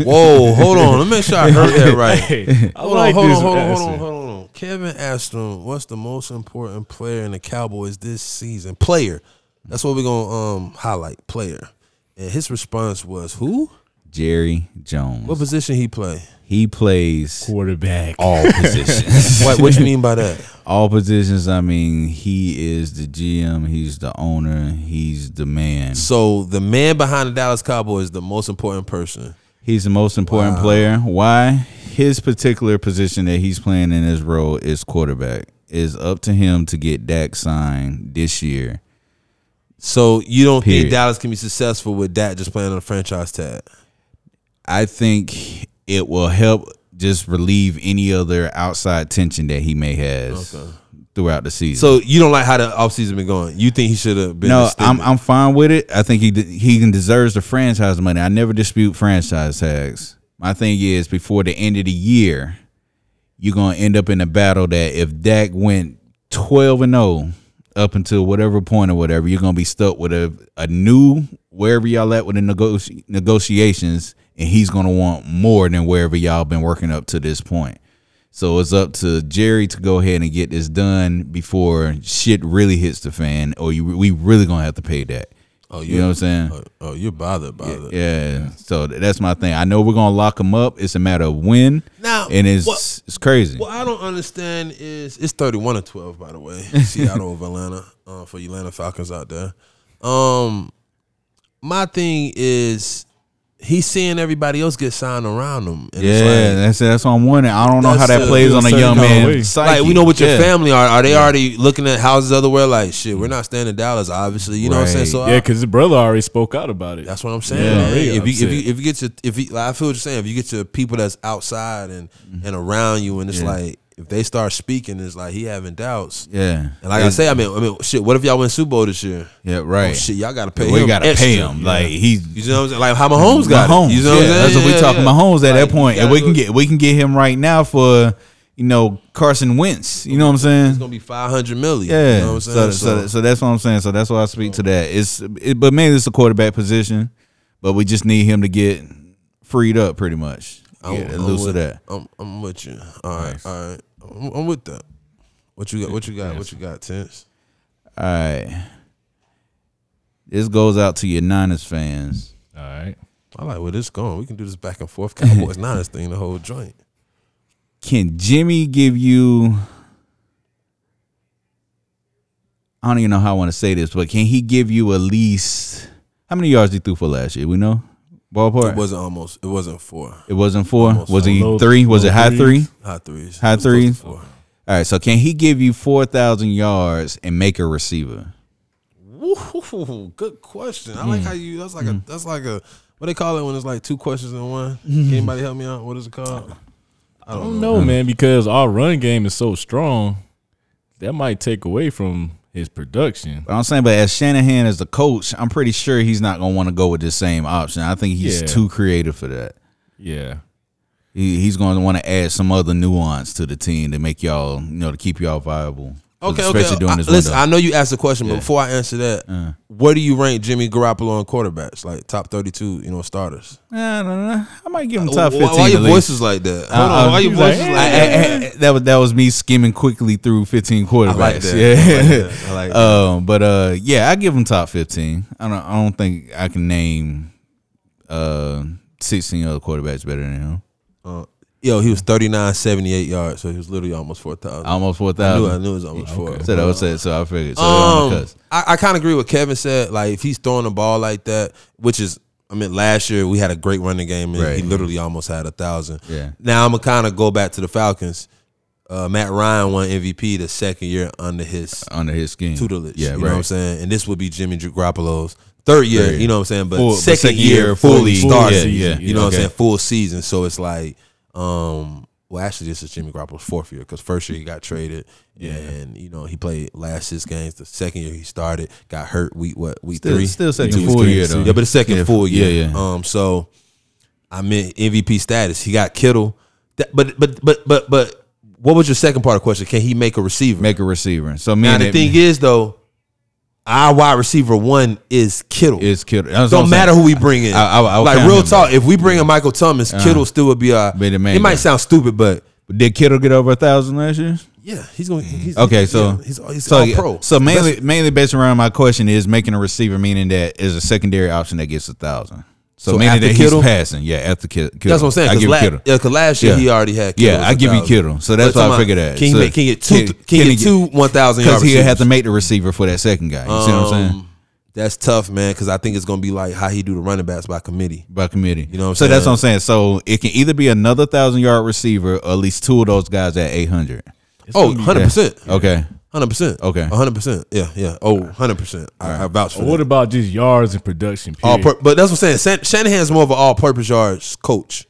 C: Whoa, hold on. Let me make sure I heard that right.
B: Hey, I
C: Hold
B: like
C: on, hold
B: this
C: on, hold on, hold on,
B: answer.
C: hold on, hold on. Kevin asked him, "What's the most important player in the Cowboys this season?" Player. That's what we're gonna um, highlight. Player. And his response was, "Who?
A: Jerry Jones.
C: What position he play?
A: He plays
B: Quarterback.
C: Oh,
A: all positions.
C: What, what you mean by that?
A: all positions. I mean, he is the GM. He's the owner. He's the man.
C: So the man behind the Dallas Cowboys is the most important person.
A: He's the most important player. Why? His particular position that he's playing in his role is quarterback. It's up to him to get Dak signed this year.
C: So you don't
A: Period.
C: think Dallas can be successful with that just playing on a franchise tag?
A: I think it will help just relieve any other outside tension that he may has throughout the season.
C: So you don't like how the offseason been going? You think he should have been?
A: no,
C: extended?
A: I'm I'm fine with it. I think he de- he can deserves the franchise money. I never dispute franchise tags. My thing is before the end of the year, you're gonna end up in a battle that if Dak went twelve and zero up until whatever point or whatever, you're gonna be stuck with a a new wherever y'all at with the negoti- negotiations, and he's gonna want more than wherever y'all been working up to this point. So it's up to Jerry to go ahead and get this done before shit really hits the fan, or you we really gonna have to pay that.
C: Oh,
A: You know what I'm saying?
C: Oh, oh, you're bothered by that.
A: Yeah. So th- that's my thing. I know we're gonna lock him up. It's a matter of when,
C: Now,
A: and it's
C: what-
A: it's crazy.
C: What I don't understand is it's thirty-one and twelve, by the way. Seattle over Atlanta uh, for you Atlanta Falcons out there. Um, my thing is he's seeing everybody else get signed around him. And
A: yeah,
C: it's like,
A: that's that's what I'm wondering. I don't know how
C: That's
A: that
C: a-
A: plays on a
B: certain
A: young
B: kind of
A: man.
B: way.
A: Psyche.
C: Like we know what your
A: Yeah. Mm.
C: family are. Are they already looking at houses otherwhere? Like shit, we're not staying in Dallas, obviously. You know what I'm saying?
A: Right.
C: So I-
B: Yeah, because his brother already spoke out about it.
C: That's what I'm saying.
B: Yeah,
C: man.
B: really
C: if, you, if
B: upset.
C: you if you get your if you, like, I feel what you're saying. If you get your people that's outside and
A: Mm.
C: and around you, and it's like if they start speaking, it's like he having doubts.
A: Yeah.
C: And like I
A: It's-
C: say, I mean, I mean, shit. What if y'all win Super Bowl this year?
A: yeah, right.
C: Oh, shit, y'all gotta pay.
A: we
C: him
A: gotta pay
C: extra.
A: him. Like he's
C: you know what I'm saying? Like how Mahomes got.
A: Mahomes.
C: It. You know what
A: yeah,
C: I'm saying?
A: That's what we
C: Yeah,
A: talking
C: yeah.
A: Mahomes at
C: Like,
A: that point.
C: you
A: And we
C: gotta
A: can
C: go-
A: get we can get him right now for you know Carson Wentz. You know what I'm
C: It's
A: saying?
C: gonna be 500 million.
A: Yeah.
C: You know what I'm
A: so,
C: saying?
A: so, so that's what I'm saying. So that's why I speak to that. It's it, but mainly it's the quarterback position, but we just need him to get freed up pretty much.
C: I'm-
A: Get
C: I'm
A: loose
C: with,
A: of that.
C: I'm, I'm with you. All right, all right. I'm, I'm with that. What you got? What you got? What you got? Tense.
A: All right. This goes out to your Niners fans.
B: All right.
C: I like where this going. We can do this back and forth. Cowboys Niners thing, the whole joint.
A: Can Jimmy give you? I don't even know how I want to say this, but can he give you at least how many yards he threw for last year? We know ballpark.
C: It wasn't almost. It wasn't four.
A: It wasn't four.
C: Almost
A: was
C: four.
A: he
B: Low-
A: three? Was
B: low
A: it high three?
B: threes.
C: High threes.
A: High
C: It was close
A: threes?
C: to Four.
A: All right. So can he give you four thousand yards and make a receiver?
C: Woo, good question. I like
A: Mm.
C: how you. That's like a. That's like a. What they call it when it's like two questions in one?
A: Mm-hmm.
C: Can anybody help me out? What is it
A: Uh,
C: called? I
B: I don't know, man, because our run game is so strong, that might take away from his production.
A: But I'm saying, but as Shanahan as the coach, I'm pretty sure he's not gonna want to go with the same option. I think he's
B: Yeah.
A: too creative for that.
B: Yeah.
A: He, he's gonna want to add some other nuance to the team to make y'all, you know, to keep y'all viable.
C: Okay,
A: especially
C: okay.
A: during
C: I-
A: this
C: listen,
A: window.
C: I know you asked the question, but
A: Yeah. Uh.
C: before I answer that, where do you rank Jimmy Garoppolo in quarterbacks, like top thirty-two? You know, starters.
A: Nah, nah, nah. I might give him top
C: Why-
A: fifteen.
C: Why, your
A: at least.
C: voices like that? Hold
A: Uh,
C: on, why your
B: he's like,
C: voices like,
A: I-
C: that?
A: I- I- that was that was me skimming quickly through 15 quarterbacks.
C: like that.
A: Yeah,
C: I like that. I like that.
A: Um, but uh, yeah, I give him top 15. I don't I don't think I can name uh 16 other quarterbacks better than him.
C: Uh, yo, he was 39, 78 yards, so he was literally almost four thousand.
A: Almost
C: I knew, I
A: 4,000.
C: knew it was almost four.
A: So that was it. So I figured. So
C: Um,
A: um,
C: I, I kind of agree with Kevin said. Like, if he's throwing the ball like that, which is, I mean, last year we had a great running game, and he
A: Right.
C: literally almost had a thousand.
A: Yeah.
C: Now I'm gonna kind of go back to the Falcons. Uh, Matt Ryan won MVP the second year under his
A: under his scheme.
C: tutelage.
A: Yeah,
C: you
A: right.
C: know what I'm saying. And this would be Jimmy Garoppolo's third year.
A: Third.
C: You know what I'm saying. But
A: Full- but
C: second,
A: second
C: year,
A: year
C: fully,
A: fully-
C: started.
A: yeah, yeah,
C: you know what I'm
A: okay.
C: saying. Full season. So it's like, um, well, actually, this is Jimmy Garoppolo's fourth year because first year he got traded, and you know he played last six games. The second year he started, got hurt week what week
A: Still-
C: three.
A: still second
C: Two weeks
A: full
C: three.
A: year, though.
C: Yeah, but the second
A: Yeah,
C: full year.
A: yeah, yeah.
C: Um, so I meant MVP status. He got Kittle, That- but but but but but. What was your second part of the question? Can he make a receiver?
A: Make a receiver. So
C: Now
A: man,
C: the thing is though, our wide receiver one is Kittle.
A: is Kittle. That's what
C: don't
A: I'm
C: matter
A: saying.
C: who we bring in.
A: I- I- I would
C: like
A: count
C: real
A: him, Uh-huh.
C: talk, if we bring in Michael Thomas, Kittle still would be our.
A: Be the main
C: it might
A: guy.
C: sound stupid, but
A: Did Kittle get over a thousand last year?
C: yeah, he's going. He's,
A: Okay, so
C: yeah, he's, he's
A: so,
C: all pro.
A: So mainly
C: Best-
A: mainly based around my question is making a receiver meaning that is a secondary option that gets a thousand. So,
C: So
A: meaning
C: after
A: that
C: Kittle?
A: he's passing. Yeah, after Kittle.
C: that's what I'm saying.
A: I give
C: Because
A: Kittle.
C: yeah, 'cause last year
A: Yeah.
C: he already had. Kittle
A: Yeah, I
C: as a
A: give you
C: thousand.
A: Kittle. So
C: But
A: that's
C: talking
A: why I
C: about,
A: figured that.
C: Can he
A: So
C: make- can he get two?
A: can-
C: Can
A: can
C: he
A: he
C: get two one thousand yards?
A: Because he'll have to make the receiver for that second guy. You see what I'm
C: Um,
A: saying?
C: That's tough, man. Because I think it's going to be like how he do the running backs by committee.
A: By committee.
C: You know what I'm
A: so
C: saying?
A: that's what I'm saying. So it can either be another thousand yard receiver or at least two of those guys at eight hundred.
C: Oh, 100 percent.
A: Okay.
C: Hundred percent.
A: Okay.
C: hundred percent. Yeah, yeah. Oh, 100 percent. I, I vouch for
B: What
C: that.
B: about just yards and production?
C: All
B: Period?
C: pur- but that's what I'm saying. San- Shanahan's more of an all-purpose yards coach.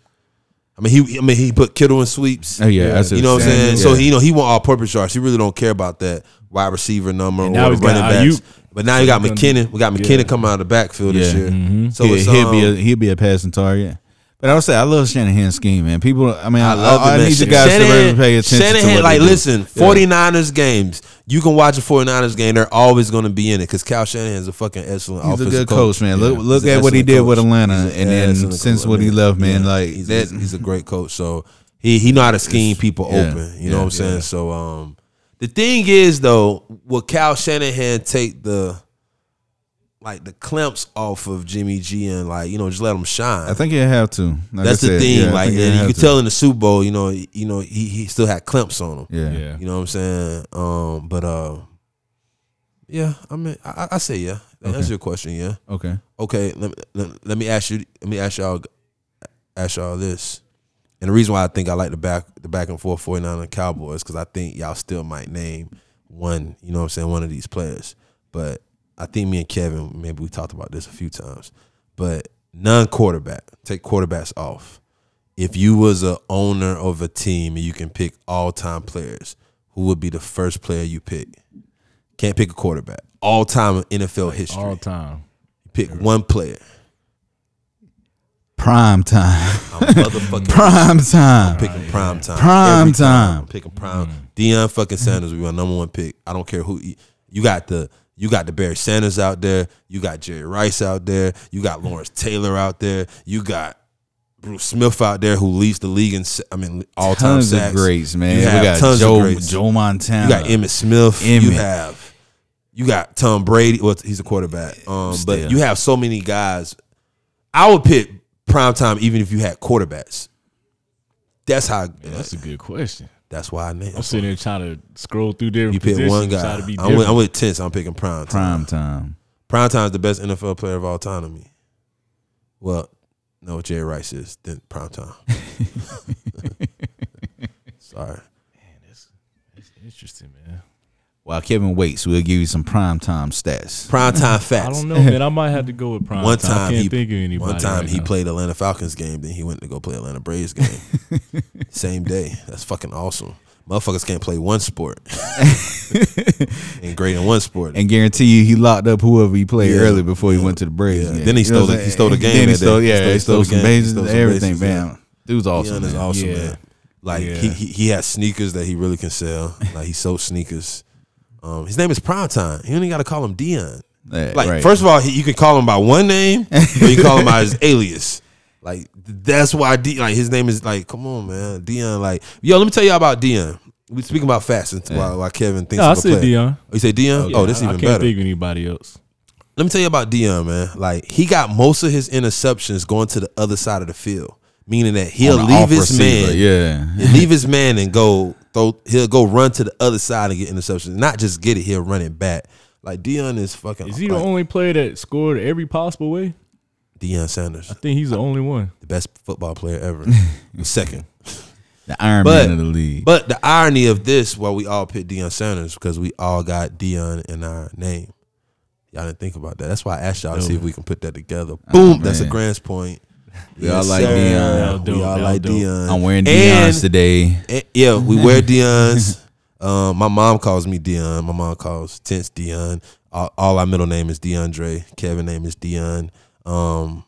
C: I mean, he. I mean, he put Kittle in sweeps.
A: Oh, yeah, I see
C: you know what I'm saying.
A: Yeah.
C: So he, you know, he want all-purpose yards. He really don't care about that wide receiver number or
B: now
C: the
B: he's got
C: running
A: uh,
C: backs.
B: Ayuk.
C: But now you got
B: He's gonna-
C: McKinnon. We got McKinnon coming out of the backfield this
A: Yeah.
C: year. So
A: he'll,
C: it's,
A: he'll be a,
C: um,
A: he'll be a passing target. But I would say I love Shanahan's scheme, man. People, I mean, I,
C: I love
A: I,
C: it, man.
A: need you guys to really pay attention
C: Shanahan,
A: to what
C: like,
A: they do.
C: listen, 49ers games. You can watch a 49ers game. They're always going to be in it because Cal Shanahan's a fucking excellent
A: He's a
C: offensive
A: good coach, man. Look- look
C: He's an
A: at what he
C: excellent
A: did with Atlanta
C: He's an
A: and then
C: excellent
A: since
C: coach.
A: what he left, man, like,
C: he's,
A: that-
C: he's a great coach. So he he know how to scheme people
A: yeah,
C: open. You
A: yeah,
C: know what I'm saying?
A: yeah.
C: So um, the thing is though, will Cal Shanahan take the like the clamps off of Jimmy G and like you know just let him shine?
A: I think he'll have to. Like
C: That's
A: I
C: the
A: said,
C: thing.
A: yeah, I
C: like
A: think he'll
C: and you
A: have
C: could
A: to.
C: tell in the Super Bowl, you know, you know he, he still had clamps on him.
A: Yeah.
B: Yeah.
C: You know what I'm saying? Um, but uh, yeah, I mean, I, I- I say yeah. That That's your question, yeah.
A: Okay.
C: Okay, let me, let, let me ask you. Let me ask y'all. Ask y'all this. And the reason why I think I like the back the back and forth 49 and Cowboys because I think y'all still might name one. You know what I'm saying? One of these players, but I think me and Kevin maybe we talked about this a few times. But non quarterback, take quarterbacks off. If you was a owner of a team and you can pick all time players, who would be the first player you pick? Can't pick a quarterback. All time in NFL history
B: all time.
C: pick one player.
A: Prime time.
C: I'm motherfucking
A: Prime time.
C: picking prime time.
A: Prime
C: Every
A: time.
C: I'm picking prime. Deion fucking Sanders will be my number one pick. I don't care who you got the you got the Barry Sanders out there. You got Jerry Rice out there. You got Lawrence Taylor out there. You got Bruce Smith out there who leads the league in sa- I mean all time
A: Tons
C: sacks.
A: of greats, man.
C: You have
A: we got
C: tons of
A: Joe
C: greats.
A: Joe Montana.
C: You got Emmett Smith. You
A: Emmitt.
C: have you got Tom Brady. Well, he's a quarterback. Um, but
A: Still.
C: you have so many guys. I would pick prime time even if you had quarterbacks. That's how.
B: That's a good question.
C: That's why I named.
B: I'm sitting there trying to scroll through different
C: You pick
B: positions.
C: one
B: Try
C: guy.
B: to be
C: I'm with,
B: different.
C: I'm with Tense. I'm picking prime
A: prime
C: time.
A: time.
C: Prime time is the best NFL player of all time to me. Well, no, Jerry Rice is then prime time. Sorry.
B: Interesting, man.
A: While Kevin waits, we'll give you some prime time stats.
C: Prime time facts.
B: I don't know, man. I might have to go with prime.
C: One
B: time, Uh, I
C: time
B: can't
C: he
B: think of anybody.
C: one time
B: right
C: he
B: now.
C: played Atlanta Falcons game, then he went to go play Atlanta Braves game. Same day. That's fucking awesome. Motherfuckers can't play one sport and great in one sport.
A: And guarantee you, he locked up whoever he played
C: Yeah.
A: early before he went to the Braves.
C: Yeah.
A: game.
C: Then he
A: You know
C: stole
A: what
C: the-
A: I'm
C: he stole the game
A: Then he
C: that
A: stole,
C: day.
A: yeah,
C: He stole-
A: he stole,
C: stole the
A: some
C: game. He
A: bases,
C: stole some
A: everything,
C: bases, yeah.
A: man. Dude's awesome.
C: Deion is
A: man.
C: awesome,
B: Yeah.
C: man. Like
B: Yeah.
C: he, he he has sneakers that he really can sell. Like he sold sneakers. Um, his name is Primetime. You only got to call him Dion.
A: Yeah,
C: Like
A: right.
C: first of all, he, you can call him by one name, or you call him by his alias. Like that's why D, like his name is like. Come on, man, Dion. Like yo, let me tell you all about Dion. We speaking about fashion while, while Kevin thinks.
B: No, I
C: of a
B: said
C: player.
B: Dion.
C: Oh, you say Dion? oh, that's
B: I, I
C: even
B: can't
C: better.
B: think of anybody else.
C: Let me tell you about Dion, man. Like he got most of his interceptions going to the other side of the field, meaning that he'll
A: On the
C: leave
A: off
C: his
A: receiver,
C: man.
A: Yeah.
C: He'll leave his man and go throw. He'll go run to the other side and get interceptions. Not just get it. He'll run it back. Like Dion is fucking.
B: Is he
C: like,
B: the only player that scored every possible way?
C: Deion Sanders,
B: I think he's the only one.
C: the best football player ever. Second,
A: The Iron
C: But-
A: Man of the league.
C: but the irony of this, why we all picked Deion Sanders because we all got Dion in our name. Y'all didn't think about that. That's why I asked y'all to see if we can put that together. Boom, that's a
A: Oh, man.
C: Grant's point.
A: We all like Deion.
B: That'll do
C: We
B: it,
C: all
B: that'll
C: like
B: do it.
C: Dion.
A: I'm wearing Dion's today.
C: Eh, yeah, we wear Dion's. Um, my mom calls me Dion. My mom calls Tense Dion. All, all our middle name is DeAndre. Kevin name is Dion. Um,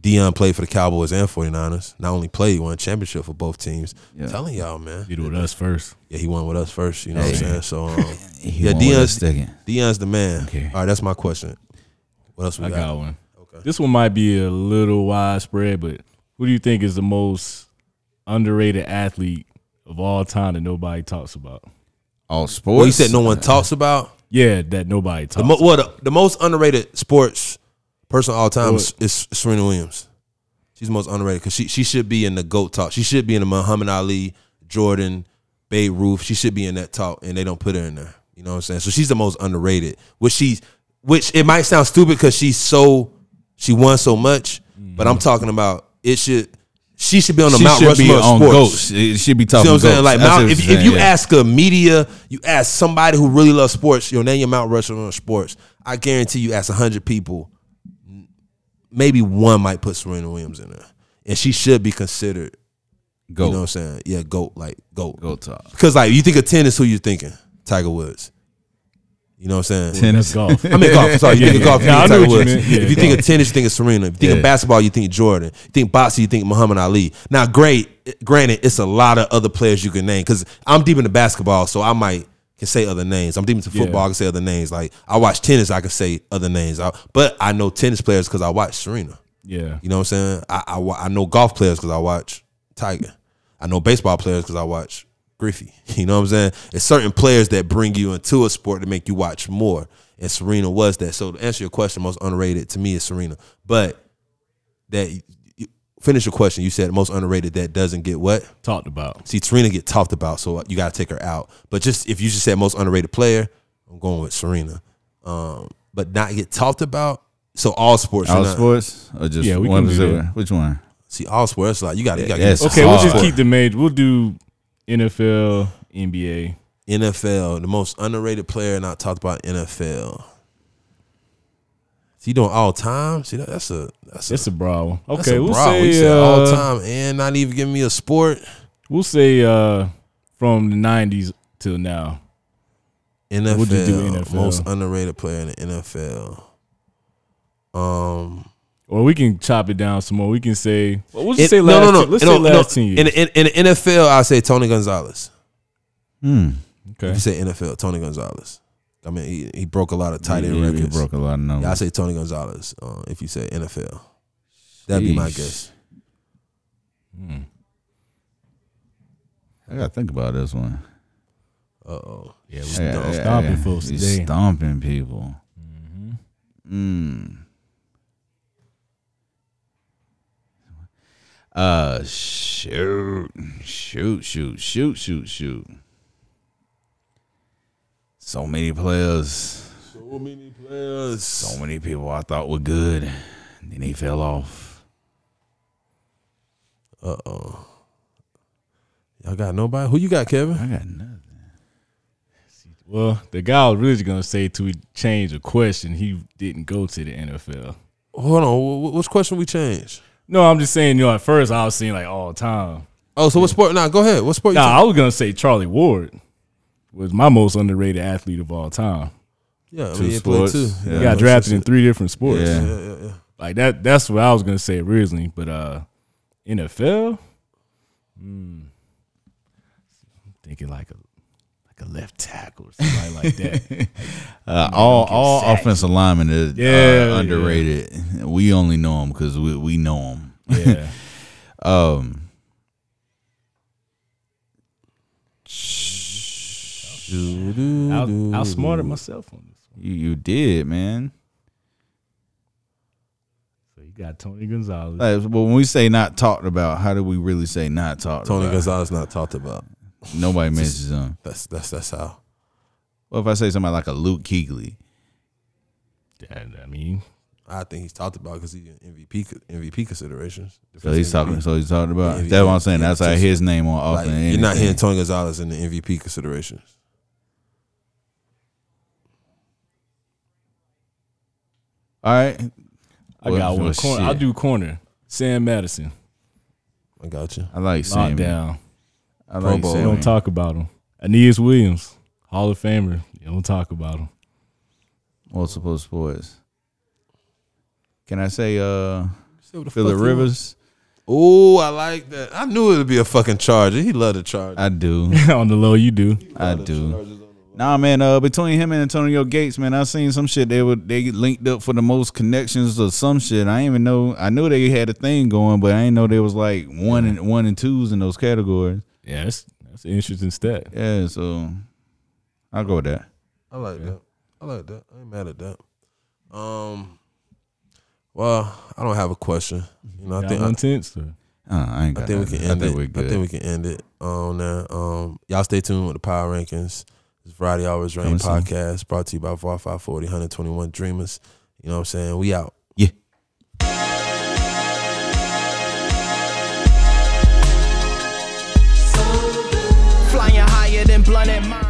C: Dion played for the Cowboys and 49ers. Not only played, he won a championship for both teams.
A: Yeah.
C: telling y'all, man.
B: He did it with us first.
C: Yeah, he won with us first. You know what I'm saying? So um,
A: He
C: Yeah,
A: won with
C: Dion's-
A: us second.
C: Dion's the man.
A: Okay.
C: All right, that's my question. What else we
B: I
C: got?
B: got one.
C: Okay.
B: This one might be a little widespread, but who do you think is the most underrated athlete of all time that nobody talks about?
A: All sports.
C: Well, you said no one talks about.
B: Yeah, that nobody talks.
C: The mo- well, the, the most underrated sports person of all time is, is Serena Williams. She's the most underrated because she she should be in the goat talk. She should be in the Muhammad Ali, Jordan, Babe Ruth. She should be in that talk, and they don't put her in there. You know what I'm saying? So she's the most underrated. Which she's which it might sound stupid because she's so she won so much, but I'm talking about it should. She should be on the
A: Mm. She
C: Mount
A: should be
C: Rushmore of
A: on
C: sports.
A: goats. It should be
C: You
A: talking
C: know what I'm
A: goats.
C: saying? Like,
A: That's
C: Mount,
A: what
C: if,
A: you're
C: if you
A: saying, yeah.
C: ask a media, you ask somebody who really loves sports, you know, name your Mount Rushmore of sports. I guarantee you, ask hundred people, m- maybe one might put Serena Williams in there, and she should be considered.
A: goat,
C: You know what I'm saying? Yeah, goat, like goat.
A: goat talk.
C: Because like, you think of tennis, who you thinking? Tiger Woods. You know what I'm saying?
B: That's
A: Tennis.
B: golf.
C: I mean golf. Sorry, you
B: Yeah,
C: think of
B: yeah.
C: golf, you
B: No, I
C: think
B: knew
C: of Tiger
B: what you
C: Woods.
B: meant. Yeah,
C: if you think of tennis, you think of Serena. If you think
A: Yeah.
C: of basketball, you think of Jordan. You think boxing, you think of Muhammad Ali. Now, great, granted, it's a lot of other players you can name because I'm deep into basketball, so I might can say other names. I'm deep into football, I can say other names. Like I watch tennis, I can say other names. I- but I know tennis players because I watch Serena.
B: yeah.
C: You know what I'm saying? I I, wa- I know golf players because I watch Tiger. I know baseball players because I watch Griffey. You know what I'm saying? It's certain players that bring you into a sport to make you watch more. And Serena was that. So to answer your question, most underrated to me is Serena. But that you- finish your question. You said most underrated that doesn't get what?
B: Talked about.
C: See, Serena get talked about, so you got to take her out. But just if you just said most underrated player, I'm going with Serena. Um, but not get talked about. So all sports, you're
A: All
C: not-
A: sports or just
B: Yeah, we
A: one
B: can do
A: particular?
B: that.
A: Which one?
C: See, all sports like you got to
A: yes.
C: get
A: It's
B: Okay, we'll
A: hard.
B: just keep the major. We'll do NFL, NBA.
C: NFL, the most underrated player, and I talked about NFL. See, you doing all time? See, that, that's a that's a,
B: It's a broad one.
C: that's
B: Okay,
C: a
B: we'll
C: broad.
B: say
C: we said all
B: uh,
C: time, and not even giving me a sport.
B: We'll say uh, from the '90s till now.
C: NFL,
B: We'll just do NFL.
C: most underrated player in the NFL. Um,
B: Or we can chop it down some more. We can say, well, we'll just
C: it-
B: say last.
C: no, no, no.
B: ten- let's
C: no,
B: say
C: no.
B: last ten years.
C: In, the- in, in the NFL, I say Tony Gonzalez.
A: Hmm.
B: okay,
C: You say NFL, Tony Gonzalez. I mean, he, he broke a lot of tight end
A: Yeah, we
C: records.
A: broke a lot of numbers.
C: Yeah, I say Tony Gonzalez. Uh, if you say NFL, that'd be my
A: Jeez.
C: guess.
B: Hmm.
A: I gotta think about this one.
C: Uh oh.
B: yeah,
A: I gotta- I gotta-
B: stomping folks
A: He's
B: today.
A: Stomping people. Mm. Uh, shoot, shoot, shoot, shoot, shoot, shoot. So many players,
C: So many players.
A: so many people I thought were good, and then they fell off.
C: Uh oh. Y'all got nobody? Who you got, Kevin?
A: I got nothing.
B: well, the guy I was really just gonna say to change a question. He didn't go to the NFL.
C: Hold on. wh- wh- Which question we changed?
B: No, I'm just saying. You know, at first I was saying like all time.
C: Oh, so what sport? Nah, go ahead. What sport?
B: Nah, I was gonna say Charlie Ward was my most underrated athlete of all time.
C: you changed? Yeah, I
A: Two
C: mean, he played
A: sports,
C: two.
A: yeah.
B: He got drafted in three different sports.
A: Yeah.
C: Yeah, yeah, yeah.
B: Like that that's what I was gonna say originally, but uh NFL? Hmm. I'm thinking like a like a left tackle or something like that.
A: Uh, all
B: get
A: all
B: sacked.
A: offensive linemen is uh,
B: Yeah, yeah.
A: underrated. We only know them because we we know them.
B: Yeah.
A: Um,
B: Out, outsmarted myself on this one.
A: you, you did, man.
B: So you got Tony Gonzalez.
A: Like, well, when we say not talked about, how do we really say not talked?
C: Tony
A: about?
C: Gonzalez not talked about.
A: Nobody mentions him.
C: That's that's that's how.
A: Well, if I say somebody like a Luke Keegley,
B: And, I mean,
C: I think he's talked about because he's in MVP co- MVP considerations.
A: so he's talking. So he's talking about.
C: Yeah,
A: that's what
C: yeah,
A: I'm saying.
C: yeah,
A: That's like
C: just-
A: his name on
C: Like,
A: offense.
C: you're not
A: anything.
C: hearing Tony Gonzalez in the MVP considerations.
A: All right.
B: I
A: Well,
B: got
A: well,
B: one. Corner. I'll
A: shit.
B: do corner. Sam Madison.
C: I got you.
A: I like
B: Locked
A: Sammy.
B: down.
A: I
C: Pro
A: like
C: Bowl.
B: We
A: Sammy.
B: don't talk about him. Aeneas Williams, Hall of Famer. You don't talk about him.
A: multiple sports. Can I say uh
C: fuck
A: Phillip
C: you
A: Rivers?
C: Oh, I like that. I knew it would be a fucking charger. He loved the charger.
A: I do.
B: on the low, you do.
A: I do. Nah, man. Uh, between him and Antonio Gates, man, I seen some shit. They were they linked up for the most connections or some shit. I ain't even know. I knew they had a thing going, but I ain't know there was like one and one and twos in those categories.
B: Yeah, that's, that's an interesting stat.
A: Yeah, so I'll go with that.
C: I like that. I like that. I ain't mad at that. Um, well, I don't have a question. You know, I
B: Got
C: think I,
B: one tenth, or-
A: Uh, I ain't
C: I
A: got.
C: think we
A: nothing.
C: can end
A: I think
C: it.
A: we're good.
C: I think we can end it on that. Um, y'all stay tuned with the Power Rankings. It's Variety Always
A: Coming
C: Rain
A: soon.
C: podcast brought to you by VAR 540 121 Dreamers. You know what I'm saying? We out.
A: yeah.
D: Flying higher than blunted. mi-